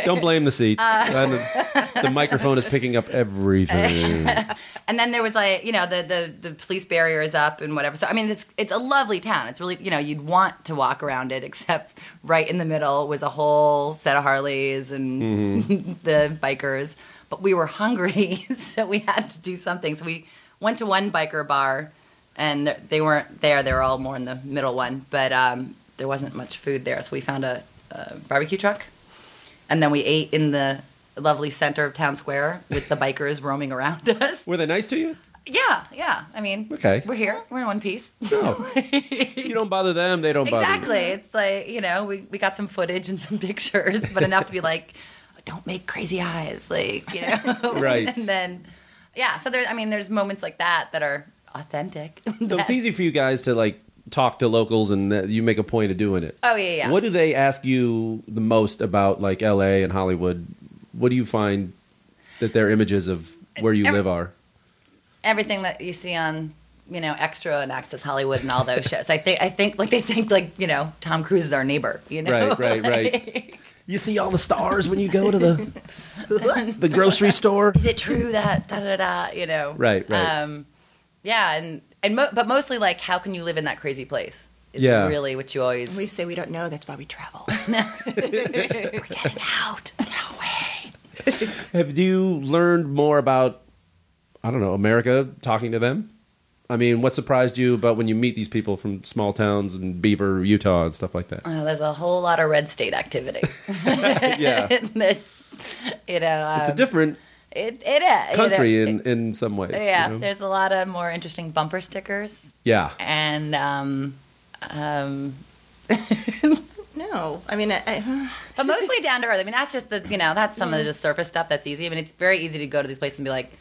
Don't blame the seat. Uh. (laughs) I'm- the microphone is picking up (laughs) everything. and then there was like, you know, the, the the police barrier is up and whatever. So I mean, it's it's a lovely town. It's really, you know, you'd want to walk around it, (laughs) except right in the middle was a whole set of Harleys and (laughs) the bikers. But we were hungry, (laughs) so we had to do something. So we went to one biker bar, and th- they weren't there. They were all more in the middle one, but um, there wasn't much food there. So we found a, a barbecue truck. And then we ate in the lovely center of town square with the bikers roaming around (laughs) us. Were they nice to you? Yeah, yeah. I mean, Okay. we're here. We're in one piece. (laughs) (laughs) No. you don't bother them, they don't bother exactly. It's like, you know, we, we got some footage and some (laughs) pictures, but enough to be like, don't make crazy eyes. Like, you know. (laughs) Right. (laughs) And then, yeah. So there, I mean, there's moments like that that are authentic. (laughs) you. So it's That- easy for you guys to like talk to locals and that you make a point of doing it. Oh, yeah, yeah. What do they ask you the most about like LA and Hollywood? What do you find that their images of where you Every- live are? everything that you see on you know extra and access hollywood and all those (laughs) shows i think i think like they think like you know tom cruise is our neighbor you know Right, right, (laughs) right. You see all the stars when you go to the (laughs) the grocery store. is it true that da da da you know (laughs) Right, right. um yeah and and mo- but mostly like how can you live in that crazy place is Yeah. really what you always We say we don't know. That's why we (laughs) travel. we're getting out no way Have you learned more about I don't know, America talking to them? I mean, what surprised you about when you meet these people from small towns in Beaver, Utah and stuff like that? (laughs) Uh, there's a whole lot of red state activity (laughs) yeah. (laughs) It's There's- you know um, a different it, it is country you know, in, in some ways. you yeah know? there's a lot of more interesting bumper stickers Yeah. and um, um, no, I mean, I, I, but mostly down to earth. I mean, that's just the you know that's some of the just surface stuff that's easy. I mean, it's very easy to go to these places and be like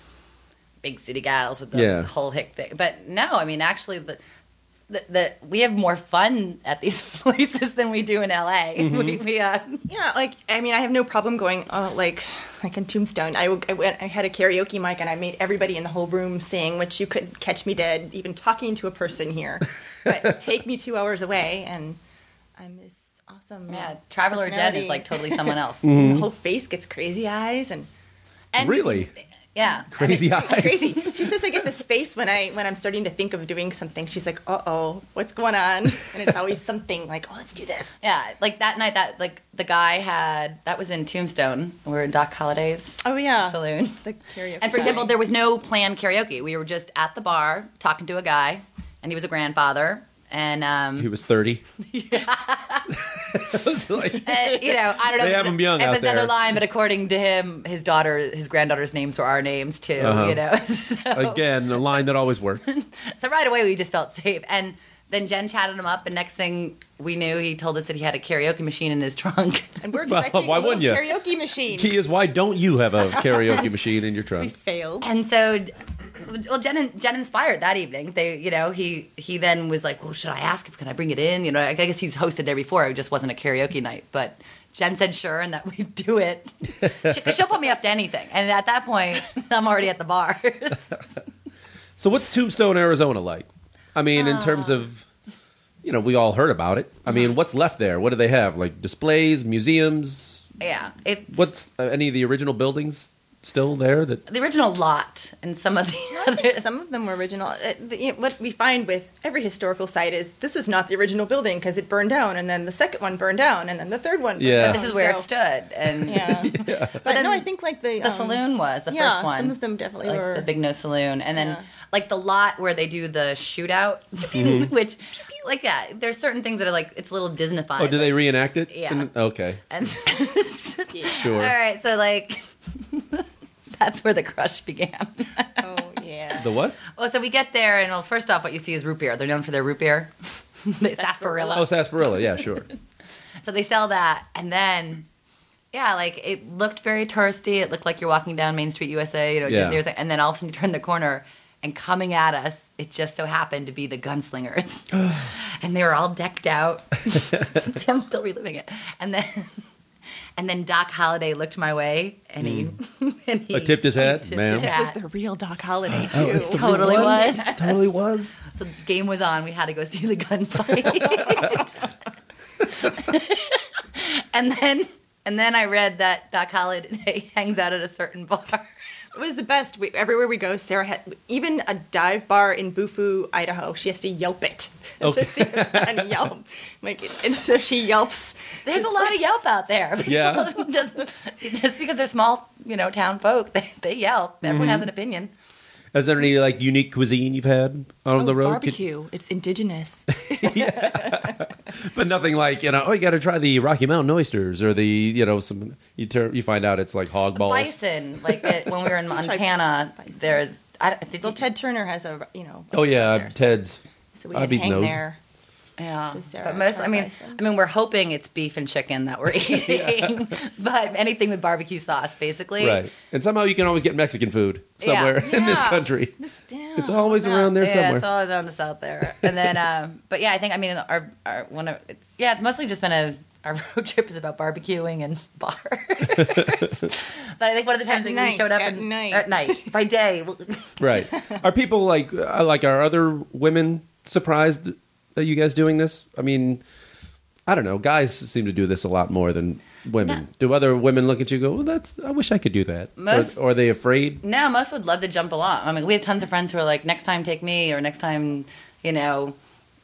big city gals with the Yeah. whole hick thing. But no, I mean actually the. The, the, we have more fun at these (laughs) places than we do in (laughs) LA. Mm-hmm. We, we, uh, yeah, like I mean, I have no problem going uh, like like in Tombstone. I, w- I went, I had a karaoke mic and I made everybody in the whole room sing, which you could catch me dead even talking to a person here. But take me two hours away, and I'm this awesome. yeah, Traveler Jen is personality. like totally (laughs) someone else. Mm-hmm. And the whole face gets crazy eyes and And really? yeah, I mean, Crazy eyes. (laughs) crazy. she says I get this face when I when I'm starting to think of doing something. She's like, "Uh oh, what's going on?" And it's always something like, "Oh, let's do this." yeah, like that night, that like the guy had that was in Tombstone. We were in Doc Holliday's Oh yeah, saloon. the karaoke. And for example, there was no planned karaoke. We were just at the bar talking to a guy, and he was a grandfather, and um, He was (laughs) 30. (laughs) I was like, and, eh, you know, I don't know. They if have it's- 'em young if out it's another there. line, but according to him, his daughter, his granddaughter's names were our names too. Uh-huh. You know, (laughs) so, again, a line that always works. so right away we just felt safe, and Then Jen chatted him up, and next thing we knew, he told us that he had a karaoke machine in his (laughs) trunk. And we're Well, expecting why a little wouldn't you? karaoke machine. Key is why don't you have a karaoke machine in your (laughs) we trunk? failed. and so well jen jen inspired that evening they you know he he then was like well should i ask if can i bring it in you know i guess he's hosted there before it just wasn't a karaoke night but jen said sure and that (laughs) we do it she, 'cause she'll put me up to anything and at that point (laughs) i'm already at the bar So what's Tombstone, Arizona like? I mean, in Uh. terms of, you know, we all heard about it. I mean, what's left there? What do they have? Like displays, museums? (laughs) yeah it What's uh, any of the original buildings still there? That the original lot and some (laughs) of the other Some of them were original. Uh, the- you know, What we find with every historical site is this is not the original building because it burned down, and then the second one burned down, and then the third one. Burned Yeah. down. this is where it So- stood (laughs) and Yeah. But, then no, I think like the the um, saloon was the yeah, first one some of them definitely like were. the Big No Saloon, and then Yeah. like the lot where they do the shootout, Mm-hmm. (laughs) which like yeah, there's certain things that are like it's a little Disneyfied. oh, do they reenact it? Yeah. In- okay, And, all (laughs) (laughs) sure. right, so like that's where the crush began. oh yeah. (laughs) The what? Well, so we get there, and well, first off, what you see is root beer. They're known for their root beer, (laughs) They- sarsaparilla. Oh, sarsaparilla. Yeah, (laughs) sure. So they sell that, and then. Yeah, like it looked very touristy. It looked like you're walking down Main Street USA, you know, Yeah. Disney or something. and then all of a sudden you turn the corner, and coming at us, it just so happened to be (sighs) the gunslingers. and they were all decked out. (laughs) I'm still reliving it. And then (laughs) and then Doc Holliday looked my way and he (laughs) and he Uh, tipped his hat, tipped ma'am. his It It was hat. the real Doc Holliday too. it's the real Totally one? was. Totally was. So the game was on. We had to go see the gunfight. (laughs) and then and then I read that Doc (laughs) Holliday hangs out at a certain bar. It was the best. We, everywhere we go, Sarah had even a dive bar in Bufu, Idaho. She has to Yelp it (laughs) Okay. to see what's on Yelp. Like, and so she Yelps. There's a lot of Yelp out there. People- (laughs) Yeah. just, just because they're small, you know, town folk, they, they Yelp. Mm-hmm. Everyone has an opinion. Is there any like unique cuisine you've had on the road? Could- Oh, barbecue. (laughs) It's indigenous. but nothing like you know. Oh, you got to try the Rocky Mountain oysters or the you know some. You turn you find out it's like hog balls. Bison, like it, when (laughs) we were in Montana, there's. I, don't- did well, you- Ted Turner has a you know. Oh yeah, there, so- Ted's. So we I've had eaten hang those. there. Yeah, So Sarah but most. I tried mean, bison. I mean, we're hoping it's beef and chicken that (laughs) we're eating, but anything with barbecue sauce, basically. Right, and somehow you can always get Mexican food somewhere (laughs) Yeah. in this Yeah. country. Yeah. It's always around there yeah, it's somewhere. all around the south there, (laughs) and then, um, but yeah, I think I mean our our one of it's yeah, it's mostly just been a our (laughs) road trip is about barbecuing and (laughs) bars. but I think one of the times At we night, showed up at and- night. at night by day, well, (laughs) right. Are people like uh, like are other women surprised that you guys doing this? I mean, I don't know. Guys seem to do this a lot more than women. Do other women look at you and go, "Well, that's I wish I could do that." Or- Most- or, are they (laughs) afraid? No, most would love to jump along. I mean, we have tons of friends who are like, next time take me, or next time, you know.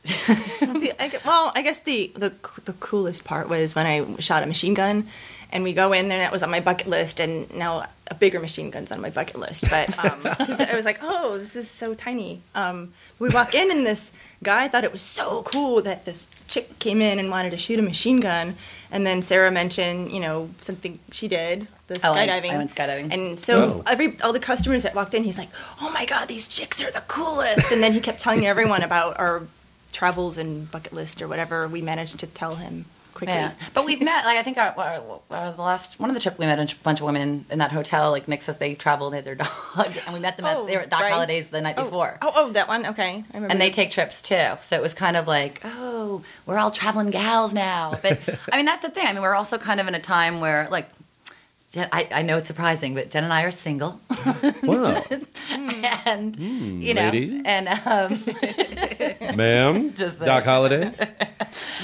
(laughs) I gu- well, I guess the, the the coolest part was when I shot a machine gun, and we go in there. and That was on my bucket list, and now a bigger machine gun's on my bucket list. But (laughs) um, 'cause I was like, oh, this is so tiny. Um, we walk in, and this guy thought it was so cool that this chick came in and wanted to shoot a machine gun, and then Sarah mentioned, you know, something she did. The Oh, I- skydiving. I went skydiving. And Oh. so every all the customers that walked in, he's like, "Oh my god, these chicks are the coolest!" And then he kept telling everyone about our travels and bucket list or whatever. We managed to tell him quickly. Yeah. But we've met, like, I think our, our, our- the last one of the trip we met a bunch of women in that hotel, like, Nick says they traveled, they had their (laughs) dog, and we met them at, they were at Doc Oh, Bryce. Holliday's the night Oh, before. Oh, oh, that one. Okay, I remember. And they that. take trips too. So it was kind of like, oh, we're all traveling gals now. But I mean, that's the thing. I mean, we're also kind of in a time where, like, Jen, I, I know it's surprising, but Jen and I are single. Wow, (laughs) and, you know, Mm, ladies. and, um, (laughs) ma'am. Just saying. Doc (laughs) Holliday.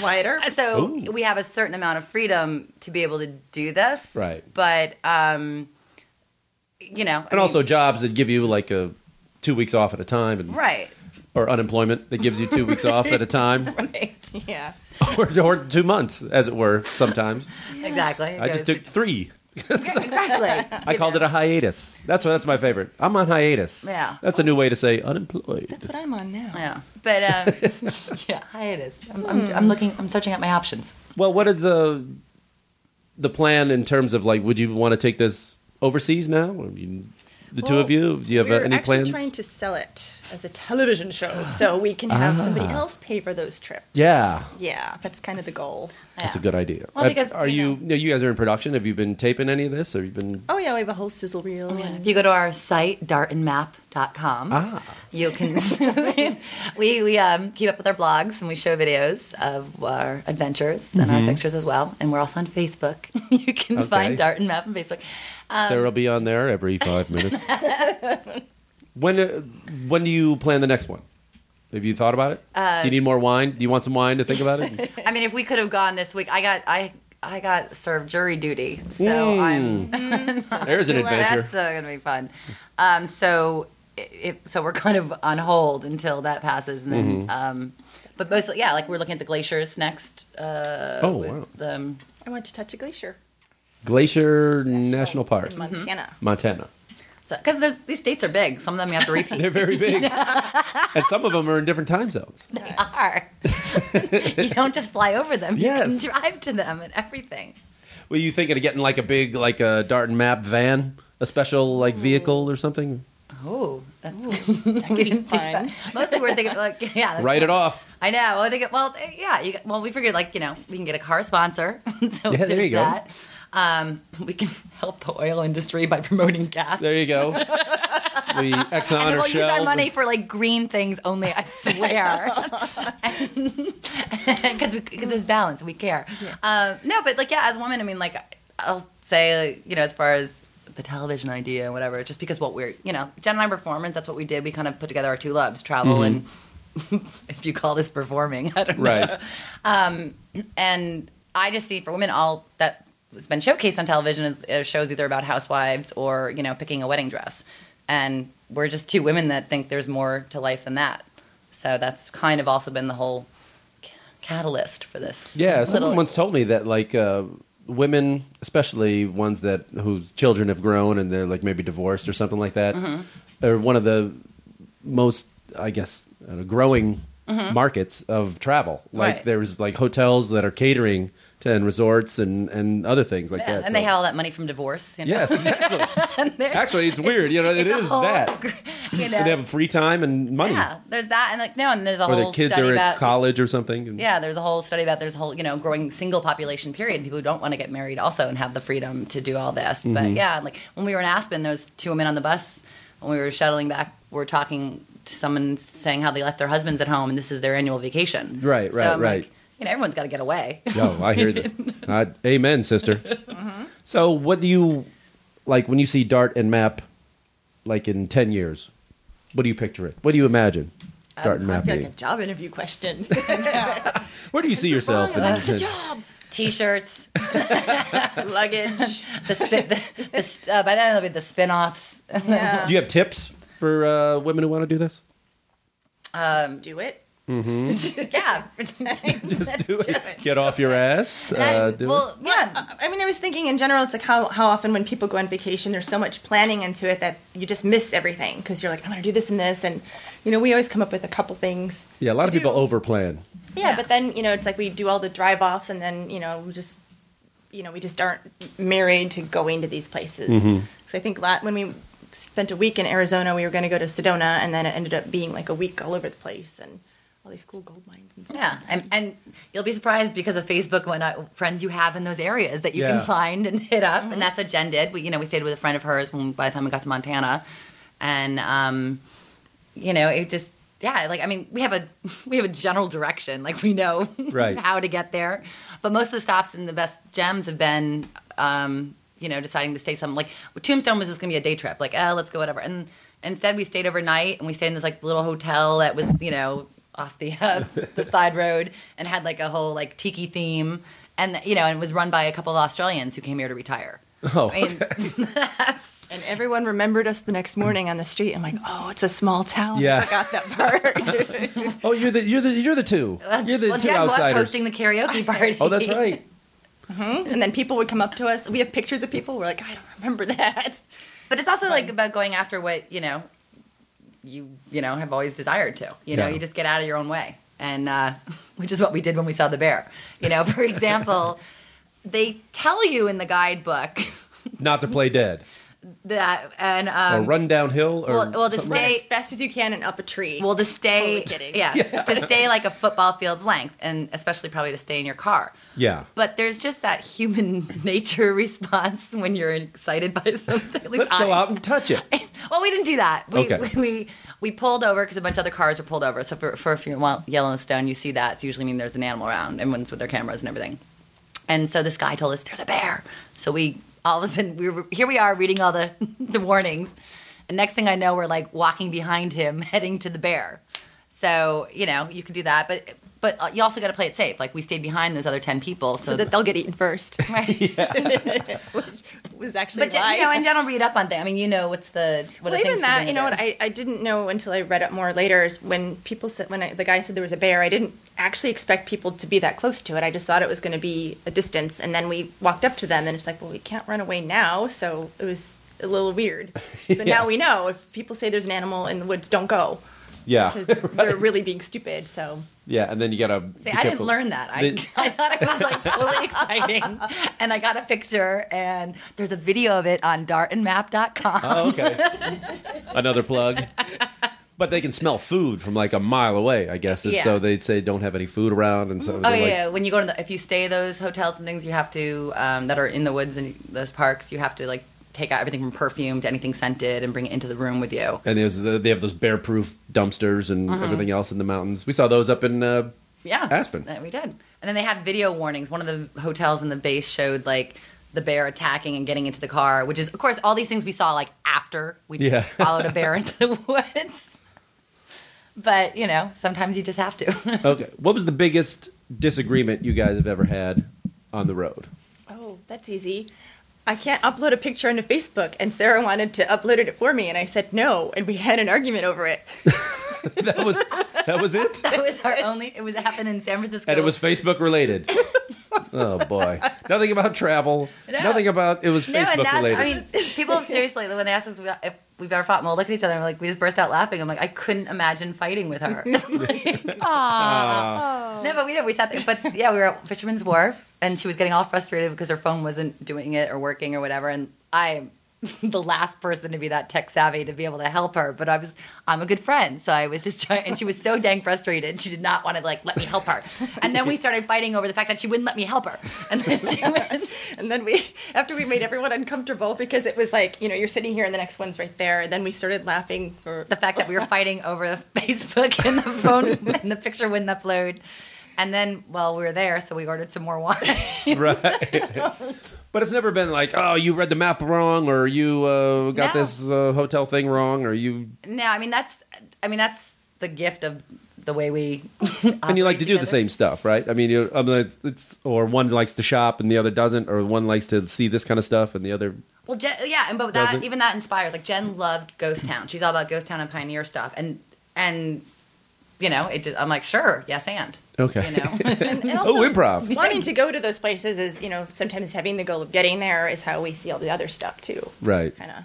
wider. so Ooh. we have a certain amount of freedom to be able to do this Right. but um you know and also jobs that give you like a two weeks off at a time and right (laughs) or unemployment that gives you two weeks off at a time right Yeah. (laughs) or, or two months as it were sometimes exactly i just took three (laughs) (laughs) exactly i called it a hiatus that's what that's my favorite i'm on hiatus Yeah. that's a new way to say unemployed That's what I'm on now. yeah but um (laughs) (laughs) yeah hiatus I'm, I'm, I'm looking i'm searching out my options well what is the the plan in terms of like would you want to take this overseas now Or you- the two of you? Do you have uh, We're any actually plans? trying to sell it as a television show, (gasps) so we can have somebody else pay for those trips. Ah. yeah. Yeah, that's kind of the goal. That's a good idea. Well, Uh, because, are you? you know- no, you guys are in production. Have you been taping any of this? Have you been? Oh yeah, we have a whole sizzle reel. If and- you go to our site, dartandmap.com, Ah. you can. (laughs) we we um, keep up with our blogs and we show videos of our adventures and our pictures as well. And we're also on Facebook. (laughs) you can Mm-hmm. Okay. find Dart and Map on Facebook. Sarah will be on there every five minutes. (laughs) when uh, when do you plan the next one? Have you thought about it? Uh, do you need more wine? Do you want some wine to think about (laughs) it? I mean, if we could have gone this week, I got I I got served jury duty, so Mm. I'm. (laughs) There's Mm. an adventure. That's uh, gonna be fun. Um, so it, it, so we're kind of on hold until that passes, and then. Mm-hmm. Um, but mostly, yeah, like we're looking at the glaciers next. Uh, oh with wow! the, um, I want to touch a glacier. Glacier National Park, in Montana. Montana. Because there's these states are big. Some of them you have (laughs) to repeat. They're (laughs) very big, and some of them are in different time zones. they are. (laughs) you don't just fly over them. Yes. You can drive to them and everything. Were you thinking of getting like a big, like a Dart and Map van, a special like vehicle or something? Oh, that's (laughs) That (laughs) could be fun. mostly we're thinking like (laughs) yeah. that's- Write it off. I know. Well, they get, well, eh, yeah. You, get- well, we figured like you know we can get a car sponsor. (laughs) so Yeah, there there's you go. That. Um, we can (laughs) help the oil industry by promoting gas. There you (laughs) go. The Exxon and or we'll use Shell. our money for like green things only. I swear, (laughs) because because there's balance. We care. Um, no, but like yeah, as a woman, I mean, like I'll say like, you know as far as the television idea and whatever, just because what we're you know Jen and I performance. That's what we did. We kind of put together our two loves, travel and. if you call this performing, (laughs) I don't know Um, Right. and I just see for women all that has been showcased on television is, is shows either about housewives or you know picking a wedding dress, and we're just two women that think there's more to life than that. So that's kind of also been the whole ca- catalyst for this. Yeah, someone little- once told me that like uh, women, especially ones that whose children have grown and they're like maybe divorced or something like that, Mm-hmm. are one of the most, I guess, uh, growing markets of travel. Like Mm-hmm. Right. there's like hotels that are catering to and resorts and and other things like Yeah, that. and they so- have all that money from divorce. You know? Yes, exactly. (laughs) And they're- Actually, it's weird. You know, it (laughs) it's a is whole that. gr- You know, And (laughs) they have free time and money, yeah, there's that, and like no, and there's a or whole the kids study are about at college or something. and- Yeah, there's a whole study about there's a whole you know growing single population period. People who don't want to get married also and have the freedom to do all this. Mm-hmm. But yeah, like when we were in Aspen, those two women on the bus when we were shuttling back, were talking to someone saying how they left their husbands at home and this is their annual vacation. Right, So right, I'm like, right. you know, everyone's got to get (laughs) away. Yo, I hear that. Uh, (laughs) amen, sister. Uh-huh. So, what do you like when you see Dart and Map, like in ten years? What do you picture it? What do you imagine Um, Dart and Map I feel like being? a job interview question. Where do you (laughs) see yourself? Uh, in like, 10 good job. (laughs) T-shirts, Luggage. the, spin, the, the sp- uh, by then it'll be (laughs) the spin-offs. Yeah. Do you have tips for uh, women who want to do (laughs) this? Just do it. yeah. Just do it. (laughs) Get off your ass. Uh, do Um, well, yeah. I I mean, I was thinking in general, it's like how, how often when people go on vacation, there's so much planning into it that you just miss everything because you're like, I'm going to do this and this. And, you know, we always come up with a couple things. it. Yeah, a lot of to people do. overplan. Yeah, but then, you know, it's like we do all the drive offs and then, you know, we just, you know, we just aren't married to going to these places. So I think la when we spent a week in Arizona, we were going to go to Sedona and then it ended up being like a week all over the place and all these cool gold mines and stuff. Yeah, and, and you'll be surprised because of Facebook when I, friends you have in those areas that you Yeah. can find and hit up, and that's what Jen did. We, you know, we stayed with a friend of hers when by the time we got to Montana, and um, you know, it just yeah, like I mean, we have a (laughs) we have a general direction, like we know Right. (laughs) how to get there, but most of the stops and the best gems have been. Um, you know, deciding to stay some like Tombstone was just gonna be a day trip, like, oh, let's go whatever. And instead, we stayed overnight and we stayed in this like little hotel that was, you know, off the (laughs) uh, (laughs) the side road and had like a whole like tiki theme, and you know, and it was run by a couple of Australians who came here to retire. Oh, (laughs) I mean, And everyone remembered us the next morning on the street. I'm like, oh, it's a small town. Yeah. I forgot that part. (laughs) oh, you're the you're the you're the two. You're the well, two Jen was outsiders. hosting the karaoke party. (laughs) oh, that's (laughs) right. and then people would come up to us. We have pictures of people. We're like, I don't remember that. But it's also like about going after what you know you you know have always desired to. You know, Yeah. you just get out of your own way, and uh, (laughs) which is what we did when we saw the bear. You know, (laughs) for example, they tell you in the guidebook (laughs) Not to play dead. that and or um, run downhill or well, well, to something stay- Run as fast as you can and up a tree. Well, to stay, Totally (laughs) kidding. yeah, to stay like a football field's length, and especially probably to stay in your car. Yeah. But there's just that human (laughs) nature response when you're excited by something. At least Let's go I- out and touch it. Well, we didn't do that. We Okay. we, we, we pulled over because a bunch of other cars were pulled over. So for, for if you're in Yellowstone, you see that. It's usually mean there's an animal around. Everyone's with their cameras and everything. And so this guy told us there's a bear. So we all of a sudden we were, here we are reading all the (laughs) the warnings, and next thing I know we're like walking behind him (laughs) heading to the bear. So you know you can do that, but but uh, you also got to play it safe. Like we stayed behind those other ten people, so, so that they'll get eaten (laughs) first. right. (laughs) was actually But why. you know, in general, read up on things. I mean, you know what's the what are well, things even we're gonna that, you know do. what? I, I didn't know until I read up more later is when people said, when I, the guy said there was a bear, I didn't actually expect people to be that close to it. I just thought it was going to be a distance. And then we walked up to them and it's like, well, we can't run away now. So it was a little weird. But now we know if people say there's an animal in the woods, don't go Yeah, (laughs) because they're really being stupid. So yeah, and then you gotta. See, be I didn't careful. learn that. I, Then- (laughs) I thought it was like (laughs) totally exciting. And I got a picture, and there's a video of it on dartandmap.com. Oh, okay. (laughs) Another plug. (laughs) But they can smell food from like a mile away, I guess. And Yeah. so they'd say don't have any food around, and so Oh they're yeah, like, yeah, when you go to the, if you stay at those hotels and things, you have to um, that are in the woods and those parks, you have to like take out everything from perfume to anything scented and bring it into the room with you. and there's the, they have those bear-proof dumpsters and Mm-hmm. everything else in the mountains. We saw those up in uh, Yeah, Aspen. That we did, and then they had video warnings. One of the hotels in the base showed like the bear attacking and getting into the car, which is of course all these things we saw like after we Yeah. (laughs) followed a bear into the woods. But you know, sometimes you just have to. (laughs) Okay, what was the biggest disagreement you guys have ever had on the road? (laughs) Oh, that's easy. I can't upload a picture onto Facebook, and Sarah wanted to upload it for me, and I said no, and we had an argument over it. That was that was it, it was our only. It was it happened in San Francisco, and it was Facebook related. (laughs) Oh boy, nothing about travel, No. nothing about it was no, Facebook and that's, related. I mean, people have seriously when they ask us if we've ever fought, and we'll look at each other and we're like we just burst out laughing. I'm like, I couldn't imagine fighting with her. (laughs) No, but we did. We sat there. But yeah, we were at Fisherman's Wharf, and she was getting all frustrated because her phone wasn't doing it or working or whatever. And I'm (laughs) the last person to be that tech savvy to be able to help her. But I was, I'm a good friend, so I was just (laughs) trying. And she was so dang frustrated. She did not want to like let me help her. And then we started fighting over the fact that she wouldn't let me help her. And then she (laughs) went. And then we, after we made everyone uncomfortable because it was like, you know, you're sitting here and the next one's right there, and then we started laughing for the fact that we were fighting over Facebook and the (laughs) phone and the picture wouldn't upload. And then, well, we were there, so we ordered some more (laughs) wine. right. (laughs) but it's never been like, oh, you read the map wrong, or you uh, got No. this uh, hotel thing wrong, or you. No, I mean that's I mean that's the gift of the way we And you like to do the same stuff, right? I mean, you, I mean, it's or one likes to shop and the other doesn't, or one likes to see this kind of stuff and the other. (laughs) Well, Jen, yeah, and but that Doesn't- even that inspires. Like Jen loved Ghost Town. She's all about Ghost Town and Pioneer stuff, and and you know, it. did- I'm like, sure, yes, and Okay. you know, (laughs) and, and (laughs) Oh, improv. Wanting to go to those places is, you know, sometimes having the goal of getting there is how we see all the other stuff too. Right. Kind of.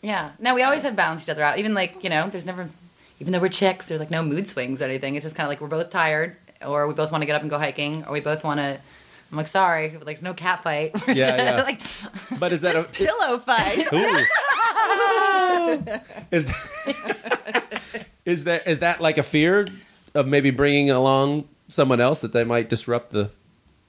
yeah. No, we always have balanced each other out. Even like you know, there's never, even though we're chicks, there's like no mood swings or anything. It's just kind of like we're both tired, or we both want to get up and go hiking, or we both want to. I'm like, sorry, like there's no cat fight. (laughs) We're Yeah, just- yeah. like, But is that a, Pillow fight. (laughs) Ooh. is, (laughs) is that is that like a fear of maybe bringing along someone else that they might disrupt the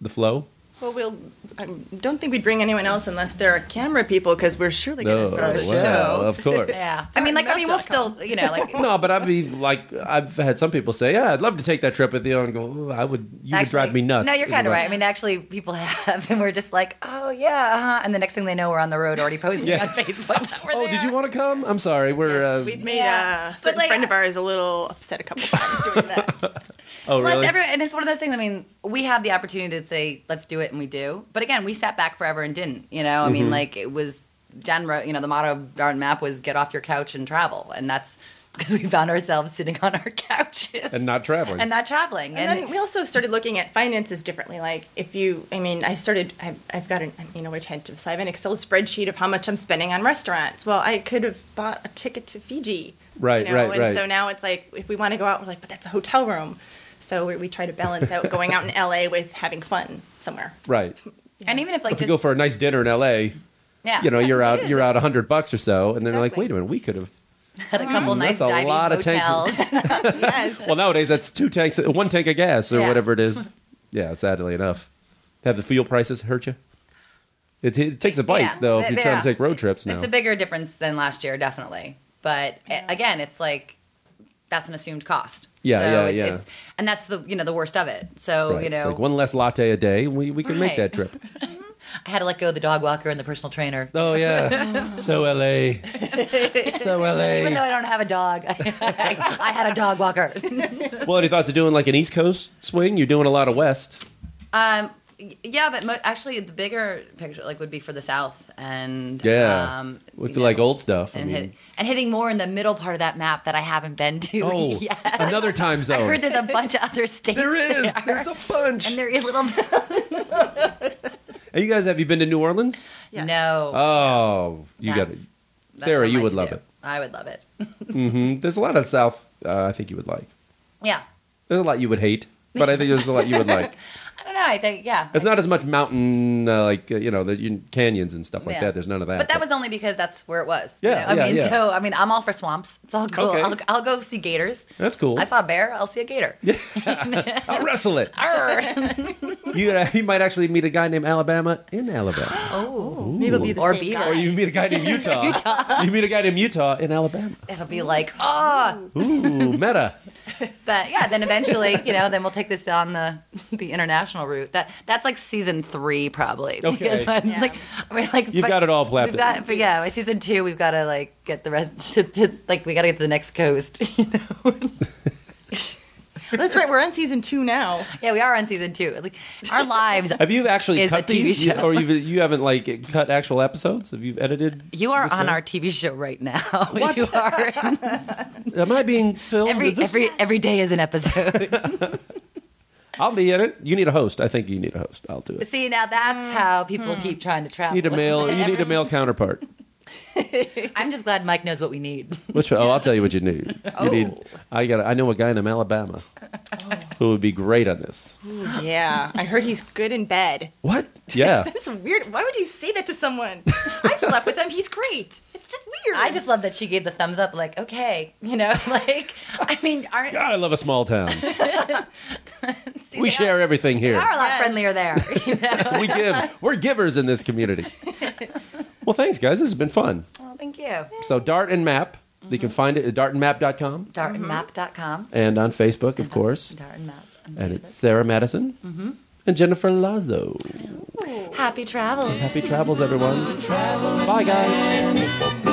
the flow? well, we'll. I don't think we'd bring anyone else unless there are camera people because we're surely going to sell the Oh, wow, show. of course. yeah. I mean, like, I mean, we'll still, you know, (laughs) like No, but I'd be like, I've had some people say, "Yeah, I'd love to take that trip with you," and go, "Ooh, "I would, you would drive me nuts." No, you're And kind of I'm right. I mean, actually, people (laughs) have, and we're just like, oh yeah, uh-huh. and the next thing they know, we're on the road already posting Yeah. on Facebook. (laughs) that we're oh, did there. you want to come? I'm sorry, we're. Uh, We've Made Yeah. a But, certain like, friend of ours a little upset a couple times (laughs) doing that. oh, Plus, really? every, and it's one of those things. I mean, we have the opportunity to say, "Let's do it," and we do. But again, we sat back forever and didn't. You know, I Mm-hmm. mean, like it was Jen wrote. You know, the motto of Darn Map was "Get off your couch and travel," and that's (laughs) because we found ourselves sitting on our couches and not traveling. (laughs) and not traveling. And, then we also started looking at finances differently. Like if you, I mean, I started. I've, I've got an, I'm, you know, retentive, so I have an Excel spreadsheet of how much I'm spending on restaurants. Well, I could have bought a ticket to Fiji, Right, You know? right, and right. so now it's like if we want to go out, we're like, but that's a hotel room. So we, we try to balance out (laughs) going out in LA with having fun somewhere. right. (laughs) and even if like If you just go for a nice dinner in L.A., Yeah. you know, (laughs) you're Yeah, out, it is. you're out hundred bucks or so, and then they're like, Exactly. wait a minute, we could have. Had a couple nice That's a diving lot of tanks. (laughs) hotels. yes. Well, nowadays that's two tanks, one tank of gas or Yeah. whatever it (laughs) is. Yeah, sadly enough, have the fuel prices hurt you? It, it takes a bite Yeah. though if They- you're trying to yeah. take road trips now. (laughs) It's a bigger difference than last year, definitely. But a- again, it's like that's an assumed cost. Yeah, so yeah, it's, yeah. It's, and that's the you know the worst of it. So Right. you know, it's like one less latte a day. We we can make Right. that trip. I had to let go of the dog walker and the personal (laughs) trainer. Oh (laughs) yeah, so LA, so Even though LA. I don't have a dog, (laughs) I, had a dog walker. Well, any thoughts of doing like an East Coast swing? You're doing a lot of West. (laughs) Um, y- yeah, but mo- actually, the bigger picture like would be for the South and Yeah, um, with you like know, old stuff. I and, mean, hit, and hitting more in the middle part of that map that I haven't been to (laughs) oh, yet. another time zone. I heard there's a bunch of other states. (laughs) There is. there. There's a bunch. and they're a little. (laughs) Hey, you guys, have you been to New Orleans? Yeah. No. Oh, you got it. That's- that's Sarah, on you my would to-do. love it. I would love it. (laughs) Mm, There's a lot of South. Uh, I think you would like. yeah. There's a lot you would hate, but I think there's a lot you would (laughs) like. I don't know. I think yeah. It's not as much mountain, uh, like uh, you know, the you- canyons and stuff like Yeah. that. There's none of that. But that was only because that's where it was. Yeah, I yeah, mean, yeah. so I mean, I'm all for swamps. It's all cool. Okay. I'll, I'll go see gators. that's cool. I saw a bear. I'll see a gator. Yeah. I'll wrestle it. (laughs) You uh, you might actually meet a guy named Alabama in Alabama, oh. Maybe it'll be the Or same beaver. (gasps) guy. or you meet a guy (laughs) named Utah. You meet a guy named Utah in Alabama. It'll be like oh. Ooh, meta. But yeah, then eventually, you know, then we'll take this on the the international route. That that's like season three probably. Okay. Because when, Yeah. like we're like You've but- got it all We've planned. got, but yeah, by season two, we've got to like get the rest to, to like we got to get to the next coast. (laughs) You know? (laughs) That's right. We're on season (laughs) two now. yeah, we are on season two. Like our lives. Have you actually Is a cut TV these, You- show. or you've, you haven't like cut actual episodes? Have you edited? You are this on down? our TV show right now. (laughs) You are Am I being filmed? every Is this- every every day Oh, is an episode. I'll be in it. You need a host. I think you need a host. I'll do it. (laughs) See, now that's how people keep trying to travel. You need a male. You need a male counterpart. I'm just glad Mike knows what we need. Which oh, I'll tell you what you need. You need. Oh. I got. I know a guy in Alabama who would be great on this. Yeah. I heard he's good in bed. (laughs) What? Yeah. That's weird. Why would you say that to someone? I've slept with him. He's great. It's just weird. I just love that she gave the thumbs up, like okay, you know, (laughs) like I mean, aren't God, I love a small (laughs) town. see, We they share Are, everything they here. are a lot Yes. friendlier (laughs) there. you (laughs) know? We give. We're givers in this (laughs) community. Well, thanks, guys. This has been fun. well, thank you. So, Dart and Map. You can find it at dartandmap.com Dartandmap.com. and on Facebook, Mm-hmm. of course. Dartandmap. And it's Sarah Madison and Jennifer Lazo. Happy travels. Happy travels, everyone. Bye, guys.